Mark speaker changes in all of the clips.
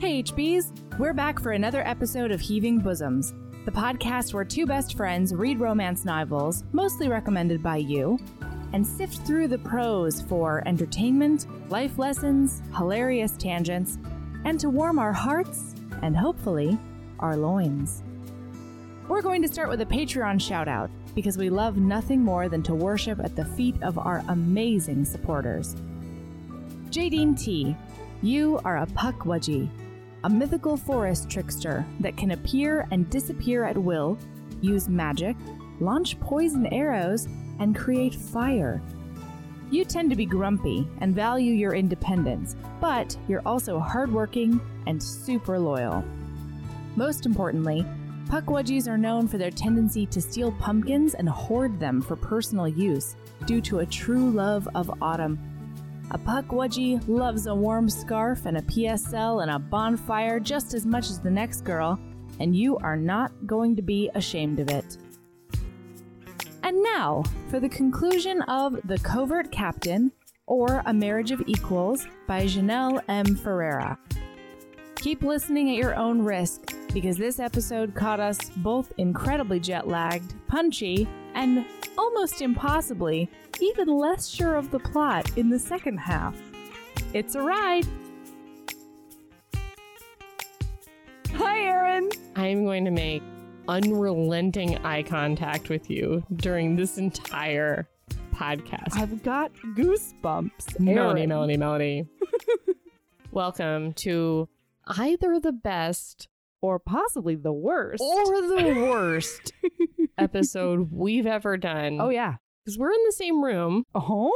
Speaker 1: KHBs, we're back for another episode of Heaving Bosoms, the podcast where two best friends read romance novels, mostly recommended by you, and sift through the prose for entertainment, life lessons, hilarious tangents, and to warm our hearts and hopefully our loins. We're going to start with a Patreon shout out because we love nothing more than to worship at the feet of our amazing supporters. Jadine T, you are a Puckwudgie, a mythical forest trickster that can appear and disappear at will, use magic, launch poison arrows, and create fire. You tend to be grumpy and value your independence, but you're also hardworking and super loyal. Most importantly, Puckwudgies are known for their tendency to steal pumpkins and hoard them for personal use due to a true love of autumn a puckwudgie loves a warm scarf and a PSL and a bonfire just as much as the next girl, and you are not going to be ashamed of it. And now, for the conclusion of The Covert Captain or A Marriage of Equals by Janelle M. Ferreira. Keep listening at your own risk because this episode caught us both incredibly jet lagged, punchy, and almost impossibly, even less sure of the plot in the second half. It's a ride! Hi, Aaron!
Speaker 2: I'm going to make unrelenting eye contact with you during this entire podcast.
Speaker 1: I've got goosebumps.
Speaker 2: Melody,
Speaker 1: Aaron.
Speaker 2: Melody, Melody. Welcome to either the best
Speaker 3: or possibly the worst.
Speaker 2: or the worst episode we've ever done.
Speaker 3: oh yeah.
Speaker 2: because we're in the same room.
Speaker 3: Oh,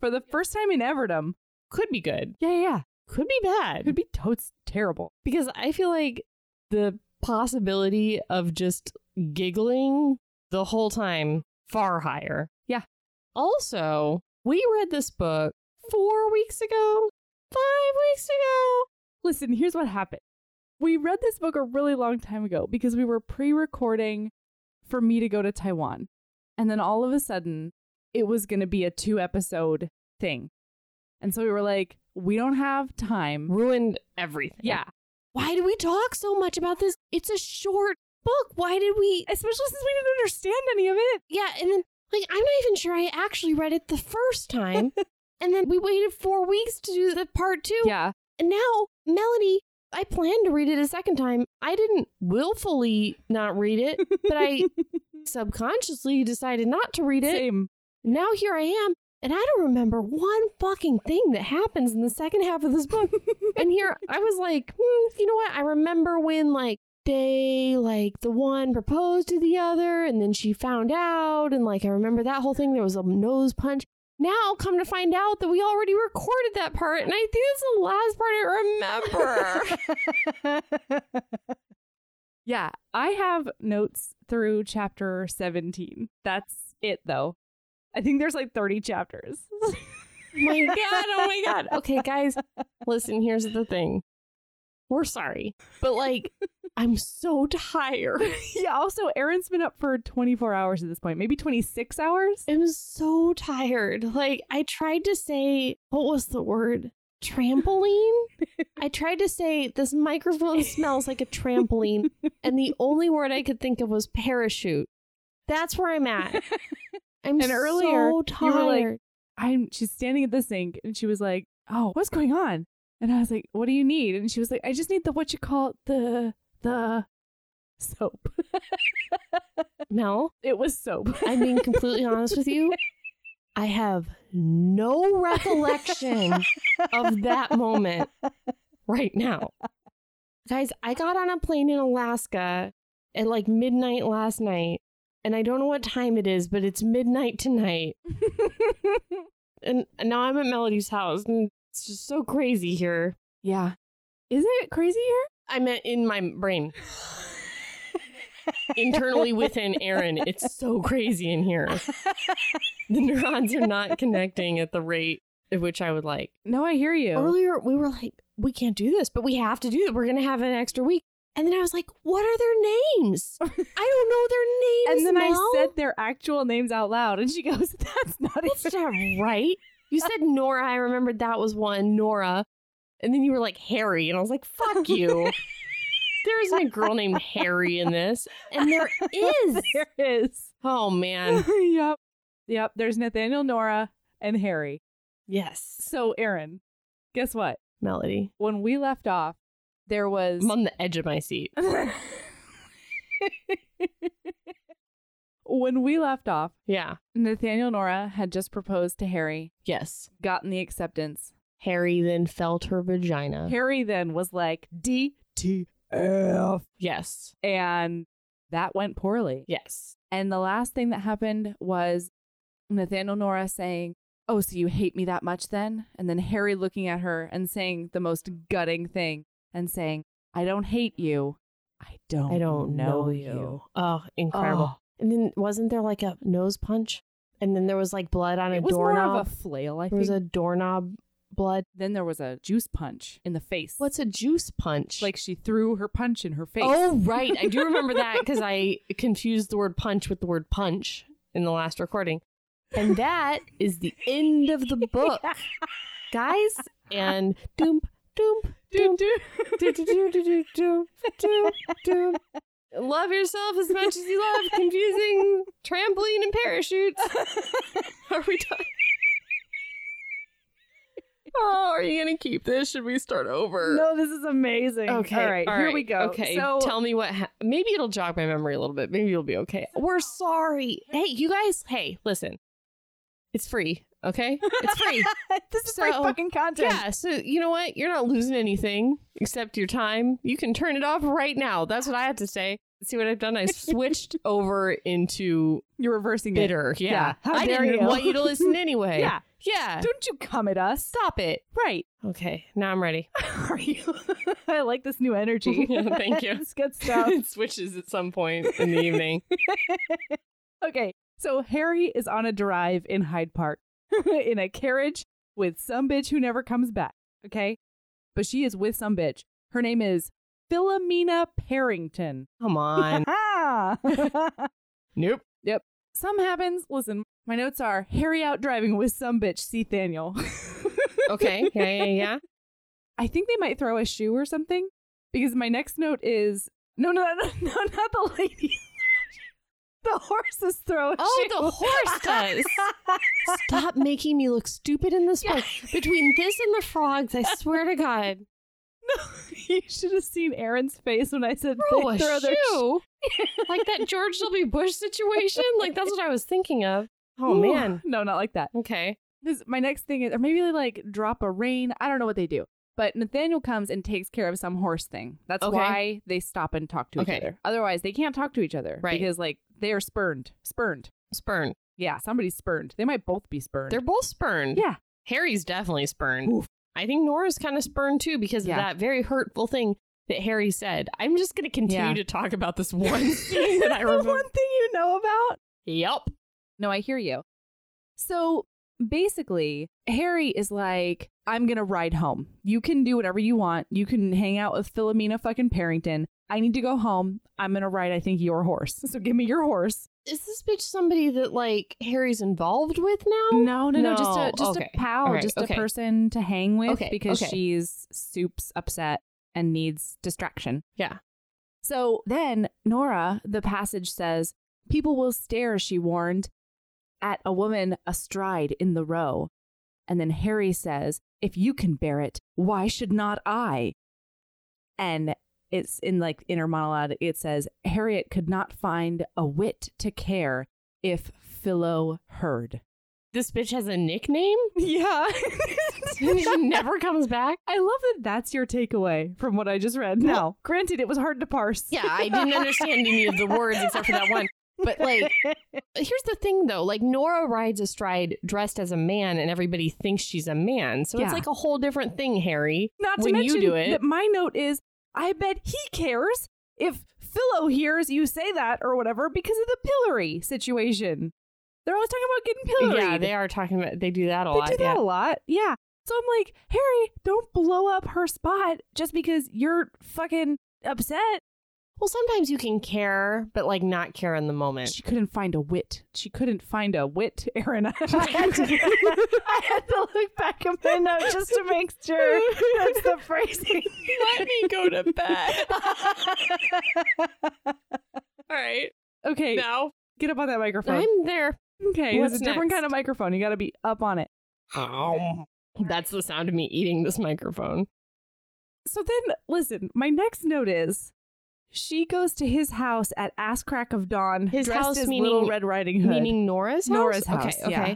Speaker 3: for the first time in Everdom.
Speaker 2: Could be good,
Speaker 3: Yeah, yeah, yeah.
Speaker 2: could be bad.
Speaker 3: It would be totes terrible.
Speaker 2: because I feel like the possibility of just giggling the whole time far higher.
Speaker 3: Yeah.
Speaker 2: Also, we read this book four weeks ago, five weeks ago.
Speaker 3: Listen, here's what happened. We read this book a really long time ago because we were pre-recording for me to go to Taiwan, and then all of a sudden it was going to be a two-episode thing, and so we were like, we don't have time.
Speaker 2: Ruined everything.
Speaker 3: Yeah,
Speaker 2: Why do we talk so much about this? It's a short book. Why did we?
Speaker 3: especially since we didn't understand any of it.
Speaker 2: Yeah. And then, like, I'm not even sure I actually read it the first time. and then we waited four weeks to do the part two.
Speaker 3: Yeah,
Speaker 2: And now, Melanie, I planned to read it a second time. I didn't willfully not read it, but I subconsciously decided not to read it.
Speaker 3: same.
Speaker 2: Now here I am, and I don't remember one fucking thing that happens in the second half of this book. and here I was like, hmm, you know what? I remember when like they like the one proposed to the other, and then she found out, and like I remember that whole thing. There was a nose punch. Now come to find out that we already recorded that part, and I think that's the last part I remember.
Speaker 3: yeah, I have notes through chapter 17. That's it, though. I think there's like 30 chapters.
Speaker 2: my god! Oh my god! Okay, guys, listen. Here's the thing. We're sorry, but like, I'm so tired.
Speaker 3: yeah, also, Aaron's been up for 24 hours at this point, maybe 26 hours.
Speaker 2: I'm so tired. Like I tried to say what was the word? Trampoline? I tried to say this microphone smells like a trampoline and the only word I could think of was parachute. That's where I'm at. I'm
Speaker 3: And earlier,
Speaker 2: so
Speaker 3: you
Speaker 2: tired.
Speaker 3: were like- I'm she's standing at the sink and she was like, "Oh, what's going on?" And I was like, "What do you need?" And she was like, "I just need the what you call it, the the soap."
Speaker 2: Mel,
Speaker 3: It was soap.
Speaker 2: I'm being completely honest with you. I have no recollection of that moment right now. Guys, I got on a plane in Alaska at like midnight last night, and I don't know what time it is, but it's midnight tonight. and and now I'm at Melody's house, and it's just so crazy here.
Speaker 3: yeah. Is it crazy here?
Speaker 2: I'm at- in my brain. Internally within Aaron, it's so crazy in here. The neurons are not connecting at the rate at which I would like.
Speaker 3: No, I hear you.
Speaker 2: Earlier, we were like, we can't do this, but we have to do it. We're going to have an extra week. And then I was like, what are their names? I don't know their names.
Speaker 3: And then
Speaker 2: Mel.
Speaker 3: I said their actual names out loud, and she goes, "That's not
Speaker 2: That's
Speaker 3: it."
Speaker 2: not right. You said Nora. I remembered that was one. Nora. And then you were like, Harry. And I was like, fuck you. there isn't a girl named Harry in this. And there is.
Speaker 1: There is.
Speaker 2: Oh, man.
Speaker 1: yep. Yep. There's Nathaniel, Nora, and Harry.
Speaker 2: Yes.
Speaker 1: So, Aaron, guess what?
Speaker 2: Melody.
Speaker 1: When we left off, there was.
Speaker 2: I'm on the edge of my seat.
Speaker 1: when we left off,
Speaker 2: Yeah.
Speaker 1: Nathaniel Nora had just proposed to Harry,
Speaker 2: Yes.
Speaker 1: gotten the acceptance.
Speaker 2: Harry then felt her vagina.
Speaker 1: Harry then was like, DTF.
Speaker 2: yes.
Speaker 1: And that went poorly.
Speaker 2: Yes.
Speaker 1: And the last thing that happened was Nathaniel Nora saying, Oh, so you hate me that much then? And then Harry looking at her and saying the most gutting thing and saying, I don't hate you. I don't,
Speaker 2: I don't know, you. Oh, incredible.
Speaker 1: Oh,
Speaker 2: And then wasn't there like a nose punch? And then there was like blood on a
Speaker 1: it was more
Speaker 2: doorknob.
Speaker 1: of a flail, I
Speaker 2: there
Speaker 1: think.
Speaker 2: was a doorknob blood.
Speaker 1: then there was a juice punch in the face.
Speaker 2: What's a juice punch?
Speaker 1: like she threw her punch in her face.
Speaker 2: Oh right, I do remember that because I confused the word punch with the word punch in the last recording, and that is the end of the book, guys. And doom doom doom doom doom doom doom doom doom doom. Love yourself as much as you love confusing trampoline and parachutes. Are we done? Oh, are you gonna keep this? Should we start over?
Speaker 1: No, this is amazing.
Speaker 2: Okay.
Speaker 1: All right. here we go.
Speaker 2: Okay.
Speaker 1: So,
Speaker 2: Tell me what. Ha- Maybe it'll jog my memory a little bit. Maybe you'll be okay. We're sorry. Hey, you guys. Hey, listen. It's free. Okay. It's free.
Speaker 1: this is great
Speaker 2: So,
Speaker 1: fucking content.
Speaker 2: yeah. So you know what? You're not losing anything except your time. You can turn it off right now. That's what I had to say. See what I've done? I switched over into
Speaker 1: You're reversing it.
Speaker 2: bitter. Yeah.
Speaker 1: Yeah. How
Speaker 2: I
Speaker 1: dare
Speaker 2: didn't
Speaker 1: you.
Speaker 2: want you to listen anyway.
Speaker 1: Yeah.
Speaker 2: Yeah.
Speaker 1: Don't you come at us.
Speaker 2: Stop it.
Speaker 1: Right.
Speaker 2: Okay. Now I'm ready.
Speaker 1: Are you? I like this new energy.
Speaker 2: Thank you.
Speaker 1: it's good stuff.
Speaker 2: it switches at some point in the evening.
Speaker 1: Okay. So Harry is on a drive in Hyde Park in a carriage with some bitch who never comes back. Okay. But she is with some bitch. Her name is Philomena Parrington.
Speaker 2: Come on.
Speaker 1: Ah!
Speaker 2: nope.
Speaker 1: some happens. Listen, my notes are Harry out driving with some bitch, see Thaniel.
Speaker 2: Okay. Yeah, yeah, yeah.
Speaker 1: I think they might throw a shoe or something because my next note is no, no, no, no, not the lady. the horses throw a
Speaker 2: Oh,
Speaker 1: shoe.
Speaker 2: the horse does. Stop making me look stupid in this book. Between this and the frogs, I swear to God.
Speaker 1: you should have seen Aaron's face when I said
Speaker 2: Throw
Speaker 1: they
Speaker 2: a
Speaker 1: throw their shoe.
Speaker 2: shoe. like that George W. Bush situation. Like, that's what I was thinking of. Oh,
Speaker 1: Ooh.
Speaker 2: man.
Speaker 1: no, not like that.
Speaker 2: Okay.
Speaker 1: This my next thing is, or maybe they like drop a rain. I don't know what they do. But Nathaniel comes and takes care of some horse thing. That's
Speaker 2: Okay.
Speaker 1: why they stop and talk to
Speaker 2: Okay.
Speaker 1: each other. Otherwise, they can't talk to each other
Speaker 2: Right.
Speaker 1: because like they are spurned, spurned.
Speaker 2: Spurned.
Speaker 1: Yeah, somebody's spurned. They might both be spurned.
Speaker 2: They're both spurned.
Speaker 1: yeah,
Speaker 2: Harry's definitely spurned.
Speaker 1: Oof.
Speaker 2: I think Nora's kind of spurned too because
Speaker 1: Yeah.
Speaker 2: of that very hurtful thing that Harry said. I'm just going to continue
Speaker 1: Yeah.
Speaker 2: to talk about this one scene that I
Speaker 1: the one
Speaker 2: remember.
Speaker 1: thing you know about.
Speaker 2: Yep.
Speaker 1: No, I hear you. So basically, Harry is like, I'm going to ride home. You can do whatever you want. You can hang out with Philomena fucking Parrington. I need to go home. I'm going to ride, I think, your horse. So give me your horse.
Speaker 2: is this bitch somebody that like Harry's involved with now?
Speaker 1: No, no, no. Just a
Speaker 2: No,
Speaker 1: just
Speaker 2: okay.
Speaker 1: a pal,
Speaker 2: All right,
Speaker 1: just
Speaker 2: okay.
Speaker 1: a person to hang with
Speaker 2: Okay,
Speaker 1: because
Speaker 2: okay.
Speaker 1: she's soups upset and needs distraction.
Speaker 2: Yeah.
Speaker 1: So then Nora, the passage says, People will stare, she warned, at a woman astride in the row. And then Harry says, If you can bear it, why should not I? And it's in like inner monologue, it says, Harriet could not find a wit to care if Philo heard.
Speaker 2: This bitch has a nickname.
Speaker 1: Yeah.
Speaker 2: she never comes back.
Speaker 1: I love that that's your takeaway from what I just read. Now, granted, it was hard to parse.
Speaker 2: Yeah, I didn't understand any of the words except for that one. But like, here's the thing though: like Nora rides astride dressed as a man, and everybody thinks she's a man. So
Speaker 1: Yeah.
Speaker 2: it's like a whole different thing, Harry.
Speaker 1: Not to
Speaker 2: when
Speaker 1: mention
Speaker 2: you do it.
Speaker 1: that my note is I bet he cares if Philo hears you say that or whatever because of the pillory situation. They're always talking about getting pilloried.
Speaker 2: Yeah, they are talking about. They do that a
Speaker 1: They
Speaker 2: lot.
Speaker 1: do that
Speaker 2: yeah.
Speaker 1: a lot. Yeah. So I'm like, Harry, don't blow up her spot just because you're fucking upset.
Speaker 2: Well, sometimes you can care, but like not care in the moment.
Speaker 1: She couldn't find a wit. She couldn't find a wit, Erin. I had to-
Speaker 4: I had to look back at my note just to make sure that's the phrasing.
Speaker 5: Let me go to bed. All right.
Speaker 1: okay,
Speaker 5: Now,
Speaker 1: get up on that microphone.
Speaker 2: I'm there.
Speaker 1: okay, it's a
Speaker 2: what's
Speaker 1: different kind of microphone. You got to be up on it.
Speaker 2: That's the sound of me eating this microphone.
Speaker 1: So then, listen, my next note is she goes to his house at ass crack of dawn,
Speaker 2: His
Speaker 1: dressed
Speaker 2: house
Speaker 1: as
Speaker 2: meaning-
Speaker 1: Little Red Riding Hood.
Speaker 2: Meaning Nora's house?
Speaker 1: Nora's house,
Speaker 2: Okay, okay.
Speaker 1: yeah.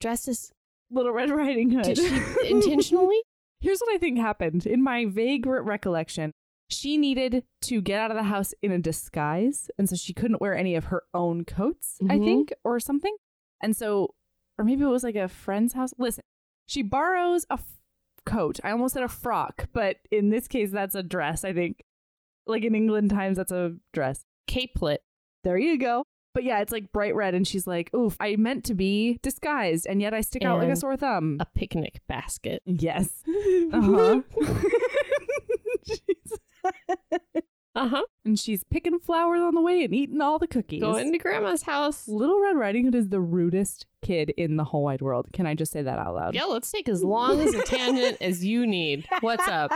Speaker 2: Dressed as
Speaker 1: Little Red Riding Hood.
Speaker 2: did she intentionally?
Speaker 1: Here's what I think happened in my vague re- recollection. She needed to get out of the house in a disguise, and so she couldn't wear any of her own coats, I
Speaker 2: Mhm.
Speaker 1: think, or something. And so, or maybe it was like a friend's house. Listen, she borrows a f- coat. I almost said a frock, but in this case, that's a dress, I think. Like in England times, that's a dress.
Speaker 2: Capelet.
Speaker 1: There you go. But yeah, it's like bright red, and she's like, oof, I meant to be disguised, and yet I stick out like a
Speaker 2: And
Speaker 1: sore thumb.
Speaker 2: A picnic basket.
Speaker 1: yes. Uh-huh. She's-
Speaker 2: Uh-huh.
Speaker 1: and she's picking flowers on the way and eating all the cookies.
Speaker 2: Going to grandma's house.
Speaker 1: Little Red Riding Hood is the rudest kid in the whole wide world. Can I just say that out loud?
Speaker 2: Yeah, let's take as long as a tangent as you need. What's up?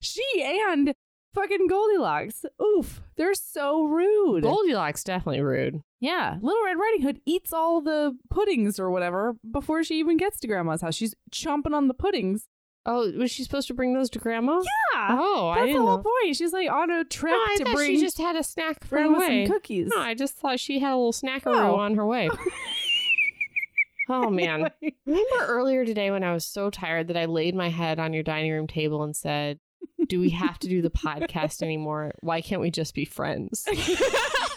Speaker 1: She and fucking Goldilocks. Oof, they're so rude.
Speaker 2: Goldilocks definitely rude.
Speaker 1: yeah, Little Red Riding Hood eats all the puddings or whatever before she even gets to Grandma's house. She's chomping on the puddings.
Speaker 2: Oh, was she supposed to bring those to grandma?
Speaker 1: Yeah,
Speaker 2: Oh, I
Speaker 1: that's the
Speaker 2: didn't
Speaker 1: whole
Speaker 2: know.
Speaker 1: point. She's like on a trip
Speaker 2: No, I
Speaker 1: to
Speaker 2: thought
Speaker 1: bring
Speaker 2: she just had a snack for the
Speaker 1: Grandma some
Speaker 2: way.
Speaker 1: cookies.
Speaker 2: No, I just thought she had a little snackaroo
Speaker 1: No.
Speaker 2: on her way. oh man. Remember earlier today when I was so tired that I laid my head on your dining room table and said, Do we have to do the podcast anymore? Why can't we just be friends?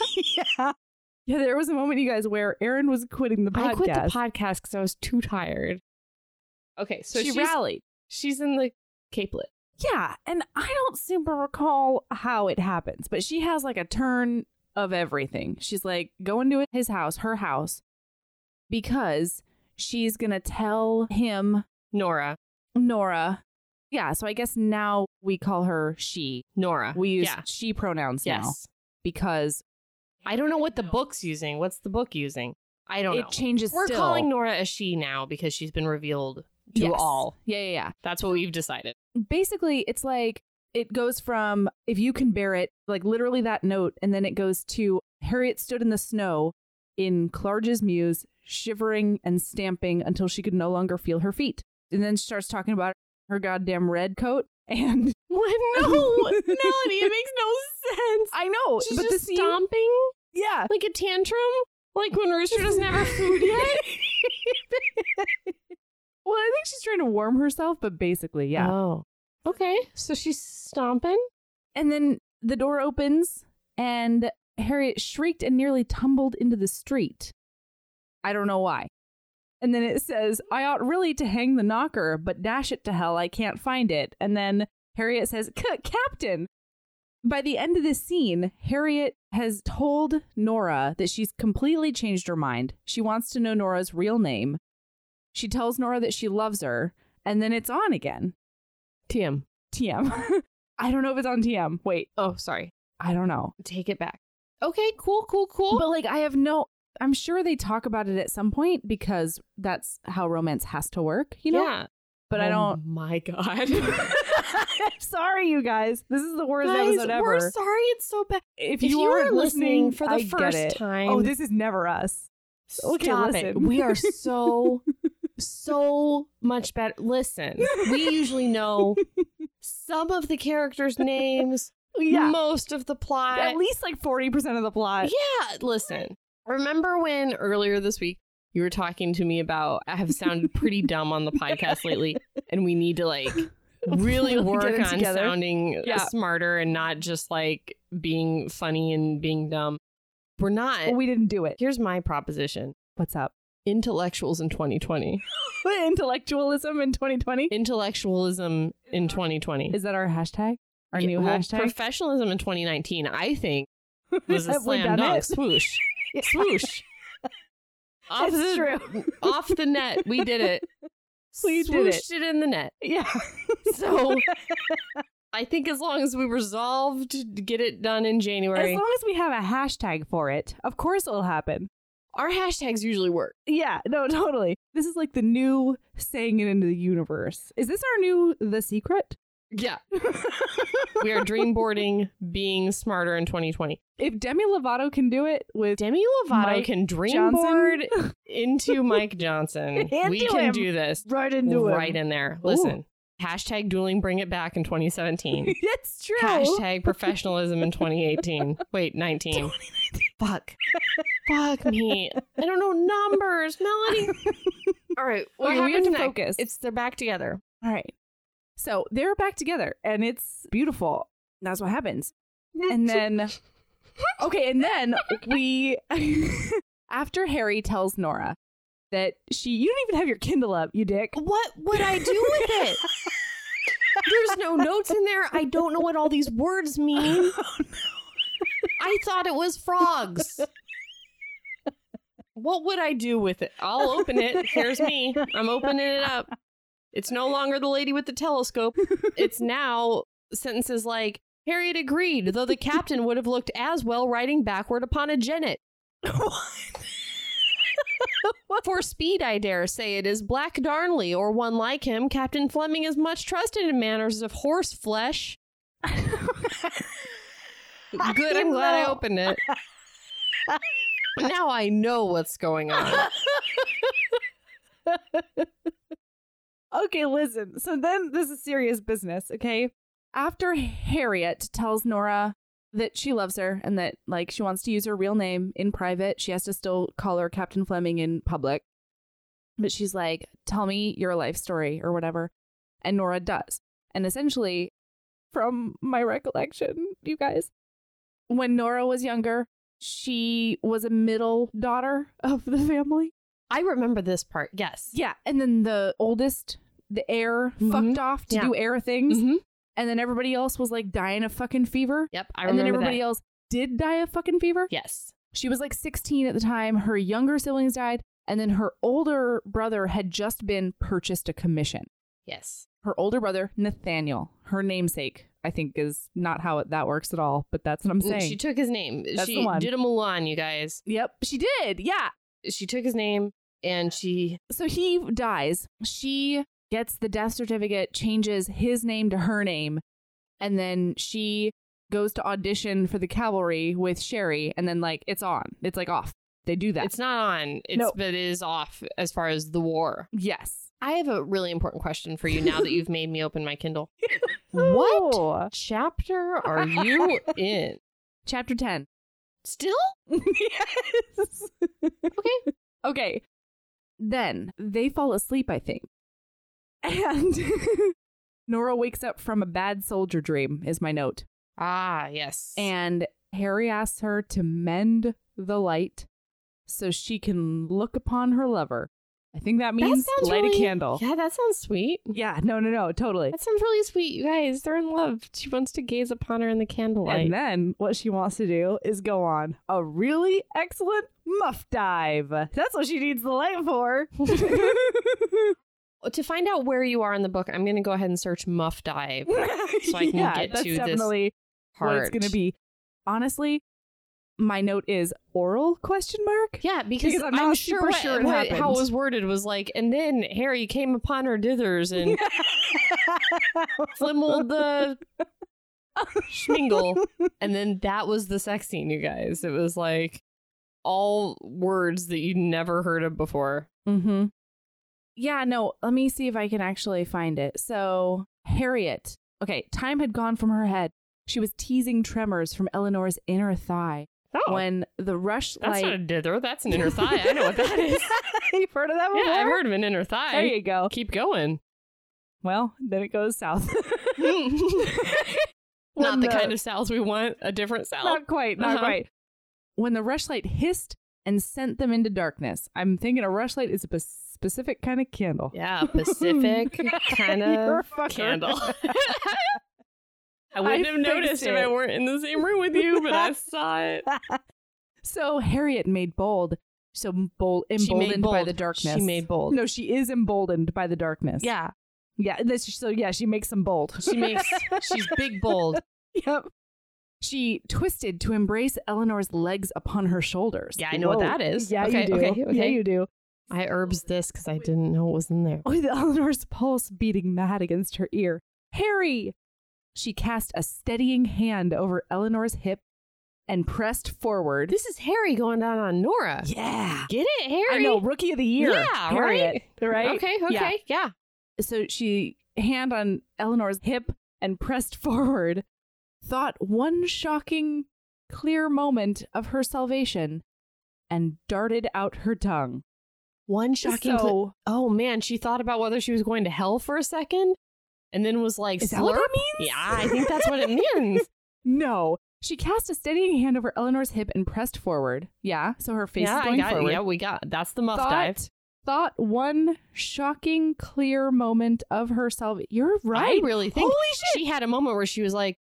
Speaker 1: yeah. Yeah, there was a moment, you guys, where Erin was quitting the podcast.
Speaker 2: I quit the podcast because I was too tired. Okay, so
Speaker 1: she
Speaker 2: she's,
Speaker 1: rallied.
Speaker 2: she's in the capelet.
Speaker 1: Yeah, and I don't super recall how it happens, but she has like a turn of everything. She's like going to his house, her house, because she's going to tell him,
Speaker 2: Nora.
Speaker 1: Nora. Yeah, so I guess now we call her she.
Speaker 2: Nora.
Speaker 1: We use
Speaker 2: Yeah.
Speaker 1: she pronouns now
Speaker 2: Yes.
Speaker 1: because
Speaker 2: I don't know what the book's using. What's the book using? I don't
Speaker 1: it
Speaker 2: know.
Speaker 1: changes.
Speaker 2: Oh, We're
Speaker 1: still.
Speaker 2: calling Nora a she now because she's been revealed to
Speaker 1: Yes.
Speaker 2: all.
Speaker 1: Yeah, yeah, yeah.
Speaker 2: That's what we've decided.
Speaker 1: basically it's like it goes from if you can bear it like literally that note and then it goes to harriet stood in the snow in clarge's muse shivering and stamping until she could no longer feel her feet and then she starts talking about her goddamn red coat and
Speaker 2: What? No, Melody, it makes no sense.
Speaker 1: i know
Speaker 2: She's
Speaker 1: but
Speaker 2: just
Speaker 1: the scene
Speaker 2: stomping
Speaker 1: yeah
Speaker 2: like a tantrum, like when Rooster doesn't have her food yet.
Speaker 1: well i think she's trying to warm herself but basically yeah
Speaker 2: Oh. Okay, so she's stomping.
Speaker 1: and then the door opens and harriet shrieked and nearly tumbled into the street i don't know why and then it says i ought really to hang the knocker but dash it to hell i can't find it and then harriet says "C- captain by the end of this scene harriet has told nora that she's completely changed her mind she wants to know nora's real name she tells nora that she loves her and then it's on again
Speaker 2: TM.
Speaker 1: tm i don't know if it's on tm wait
Speaker 2: Oh, sorry.
Speaker 1: I don't know.
Speaker 2: Take it back. Okay, cool, cool, cool.
Speaker 1: But like I have no I'm sure they talk about it at some point because that's how romance has to work, you know?
Speaker 2: yeah.
Speaker 1: But I don't
Speaker 2: Oh my God.
Speaker 1: I'm sorry you guys. This is the worst
Speaker 2: Guys,
Speaker 1: episode ever.
Speaker 2: we're sorry it's so bad.
Speaker 1: if
Speaker 2: if
Speaker 1: you,
Speaker 2: you
Speaker 1: are
Speaker 2: are listening for the
Speaker 1: I get
Speaker 2: first
Speaker 1: it.
Speaker 2: time-
Speaker 1: Oh, this is never us. Okay,
Speaker 2: Stop it.
Speaker 1: listen.
Speaker 2: We are so, so much better. Listen, we usually know some of the characters' names,
Speaker 1: Yeah.
Speaker 2: most of the plot.
Speaker 1: At least like 40% of the plot.
Speaker 2: yeah, listen. Remember when earlier this week you were talking to me about I have sounded pretty dumb on the podcast lately, and we need to like really
Speaker 1: Really
Speaker 2: work
Speaker 1: get it
Speaker 2: on
Speaker 1: together.
Speaker 2: sounding
Speaker 1: Yeah.
Speaker 2: smarter and not just like being funny and being dumb. We're not.
Speaker 1: Well, we didn't do it.
Speaker 2: Here's my proposition.
Speaker 1: What's up?
Speaker 2: Intellectuals in 2020.
Speaker 1: Intellectualism in 2020?
Speaker 2: intellectualism in 2020.
Speaker 1: Is that our hashtag? Our new
Speaker 2: Well,
Speaker 1: hashtag?
Speaker 2: Professionalism in 2019, I think, was a
Speaker 1: Have we
Speaker 2: slam
Speaker 1: done
Speaker 2: dunk.
Speaker 1: it?
Speaker 2: Swoosh.
Speaker 1: Yeah.
Speaker 2: Swoosh. Off
Speaker 1: It's
Speaker 2: the,
Speaker 1: true.
Speaker 2: off the net. We did it.
Speaker 1: We did it.
Speaker 2: Swooshed it in the net.
Speaker 1: Yeah.
Speaker 2: So I think as long as we resolved to get it done in
Speaker 1: As
Speaker 2: January,
Speaker 1: long as we have a hashtag for it, of course it'll happen.
Speaker 2: our hashtags usually work.
Speaker 1: Yeah, no, totally. This is like the new saying it into the universe. Is this our new The Secret?
Speaker 2: Yeah. we are dreamboarding being smarter in 2020.
Speaker 1: If Demi Lovato can do it with
Speaker 2: Demi Lovato
Speaker 1: Mike
Speaker 2: can
Speaker 1: Johnson?
Speaker 2: dreamboard into Mike Johnson.
Speaker 1: Into
Speaker 2: we can
Speaker 1: him.
Speaker 2: do this
Speaker 1: right
Speaker 2: right in there. Listen, hashtag dueling bring it back in 2017.
Speaker 1: That's true.
Speaker 2: Hashtag professionalism in 2018. Wait, 19. Fuck. Fuck me. I don't know numbers, Melody. All right. What
Speaker 1: Okay, we have
Speaker 2: happens
Speaker 1: to
Speaker 2: next?
Speaker 1: focus.
Speaker 2: It's they're back together.
Speaker 1: All right. So they're back together and it's beautiful. That's what happens. And then, okay, and then we, after Harry tells Nora that she, you don't even have your Kindle up, you dick.
Speaker 2: What would I do with it? There's no notes in there. I don't know what all these words mean. I thought it was frogs. What would I do with it? I'll open it. Here's me. I'm opening it up. It's no longer the lady with the telescope. It's now sentences like Harriet agreed, though the captain would have looked as well riding backward upon a jennet. For speed, I dare say it is Black Darnley or one like him. Captain Fleming is much trusted in matters of horse flesh. Good, I'm glad I
Speaker 1: No.
Speaker 2: opened it. now I know what's going on.
Speaker 1: Okay, listen. So then this is serious business, okay? After Harriet tells Nora that she loves her and that like she wants to use her real name in private, she has to still call her Captain Fleming in public. But she's like, "Tell me your life story or whatever." And Nora does. And essentially, from my recollection, you guys, when Nora was younger, she was a middle daughter of the family.
Speaker 2: I remember this part. Yes.
Speaker 1: Yeah, and then the oldest, the heir,
Speaker 2: Mhm.
Speaker 1: fucked off to
Speaker 2: Yeah.
Speaker 1: do heir things,
Speaker 2: Mhm.
Speaker 1: and then everybody else was like dying of fucking fever,
Speaker 2: Yep. I
Speaker 1: and
Speaker 2: remember
Speaker 1: then everybody
Speaker 2: that.
Speaker 1: else did die of fucking fever.
Speaker 2: Yes.
Speaker 1: She was like 16 at the time. Her younger siblings died, and then her older brother had just been purchased a commission.
Speaker 2: Yes.
Speaker 1: Her older brother Nathaniel, her namesake, I think is not how it, that works at all, but that's what I'm saying.
Speaker 2: She took his name.
Speaker 1: That's
Speaker 2: she
Speaker 1: the one.
Speaker 2: did a Mulan, you guys.
Speaker 1: yep, she did. Yeah,
Speaker 2: She took his name and she
Speaker 1: so he dies. She gets the death certificate, changes his name to her name, and then she goes to audition for the cavalry with Sherry, and then like it's on. It's like off. They do that.
Speaker 2: it's not on. It's
Speaker 1: No.
Speaker 2: but it is off as far as the war.
Speaker 1: yes.
Speaker 2: I have a really important question for you now that you've made me open my Kindle.
Speaker 1: Oh.
Speaker 2: chapter are you in?
Speaker 1: Chapter 10.
Speaker 2: Still?
Speaker 1: yes. okay. Okay. Then they fall asleep, I think. And Nora wakes up from a bad soldier dream, is my note.
Speaker 2: Ah, yes.
Speaker 1: And Harry asks her to mend the light so she can look upon her lover. I think that means
Speaker 2: sounds
Speaker 1: light
Speaker 2: really-
Speaker 1: a candle.
Speaker 2: Yeah, that sounds sweet.
Speaker 1: Yeah, no, no, no, totally.
Speaker 2: That sounds really sweet, you guys. They're in love. She wants to gaze upon her in the candlelight.
Speaker 1: And then what she wants to do is go on a really excellent muff dive. That's what she needs the light for.
Speaker 2: to find out where you are in the book, I'm going to go ahead and search Muff Dive So I can
Speaker 1: yeah,
Speaker 2: get
Speaker 1: that's
Speaker 2: to this
Speaker 1: definitely
Speaker 2: heart.
Speaker 1: what it's going to be. Honestly, my note is oral question mark.
Speaker 2: Yeah, because,
Speaker 1: Because I'm
Speaker 2: I'm,
Speaker 1: not
Speaker 2: sure,
Speaker 1: super
Speaker 2: what,
Speaker 1: sure it
Speaker 2: what- how
Speaker 1: happened.
Speaker 2: it was worded was like, and then Harry came upon her dithers and flimmeled the schmingle. And then that was the sex scene, you guys. It was like all words that you'd never heard of before.
Speaker 1: Mm-hmm. Yeah, no, let me see if I can actually find it. So, Harriet. Okay, time had gone from her head. She was teasing tremors from Eleanor's inner thigh
Speaker 2: Oh,
Speaker 1: when the rush
Speaker 2: that's
Speaker 1: light.
Speaker 2: not a dither. That's an inner thigh. I know what that is.
Speaker 1: You've heard of that before?
Speaker 2: Yeah, I've heard of an inner thigh.
Speaker 1: There you go.
Speaker 2: Keep going.
Speaker 1: Well, then it goes south.
Speaker 2: Not
Speaker 1: When
Speaker 2: the kind of south we want. A different south.
Speaker 1: Not quite, not
Speaker 2: Uh-huh.
Speaker 1: quite. When the rushlight hissed and sent them into darkness, I'm thinking a rushlight is a p- specific kind of candle.
Speaker 2: Yeah, Pacific kind
Speaker 1: You're a
Speaker 2: of
Speaker 1: fucker.
Speaker 2: candle. I wouldn't
Speaker 1: I
Speaker 2: have noticed
Speaker 1: fixed
Speaker 2: if I
Speaker 1: it.
Speaker 2: weren't in the same room with you, but I saw it.
Speaker 1: So Harriet made bold, so bold,
Speaker 2: She made
Speaker 1: emboldened by
Speaker 2: bold.
Speaker 1: the darkness.
Speaker 2: She made bold.
Speaker 1: No, she is emboldened by the darkness.
Speaker 2: Yeah.
Speaker 1: Yeah. This, so yeah, she makes them bold.
Speaker 6: She makes she's big bold.
Speaker 1: Yep. She twisted to embrace Eleanor's legs upon her shoulders.
Speaker 6: Yeah, I know what
Speaker 1: Whoa.
Speaker 6: that is.
Speaker 1: Yeah,
Speaker 6: Okay,
Speaker 1: you do.
Speaker 6: okay,
Speaker 1: Yeah,
Speaker 6: okay.
Speaker 1: you do.
Speaker 2: I herbs this because I didn't know it was in there.
Speaker 1: With Eleanor's pulse beating mad against her ear. Harry! She cast a steadying hand over Eleanor's hip and pressed forward.
Speaker 2: This is Harry going down on Nora.
Speaker 1: yeah.
Speaker 2: Get it, Harry?
Speaker 1: I know, rookie of the year.
Speaker 2: Yeah,
Speaker 1: Harriet, right?
Speaker 2: Okay, okay,
Speaker 1: Yeah.
Speaker 2: yeah.
Speaker 1: so she hand on Eleanor's hip and pressed forward, thought one shocking, clear moment of her salvation, and darted out her tongue.
Speaker 2: One shocking.
Speaker 1: So,
Speaker 2: cli- oh man, she thought about whether she was going to hell for a second, and then was like,
Speaker 1: Is that what
Speaker 2: "Slurp."
Speaker 1: that means?
Speaker 2: Yeah, I think that's what it means.
Speaker 1: no. She cast a steadying hand over Eleanor's hip and pressed forward. Yeah, so her face
Speaker 2: yeah,
Speaker 1: is
Speaker 2: I
Speaker 1: going
Speaker 2: got it.
Speaker 1: forward.
Speaker 2: Yeah, we got that's the muff
Speaker 1: Thought-
Speaker 2: dive.
Speaker 1: Thought one shocking, clear moment of her salvation. You're right.
Speaker 2: I really think
Speaker 1: Holy shit.
Speaker 2: she had a moment where she was like,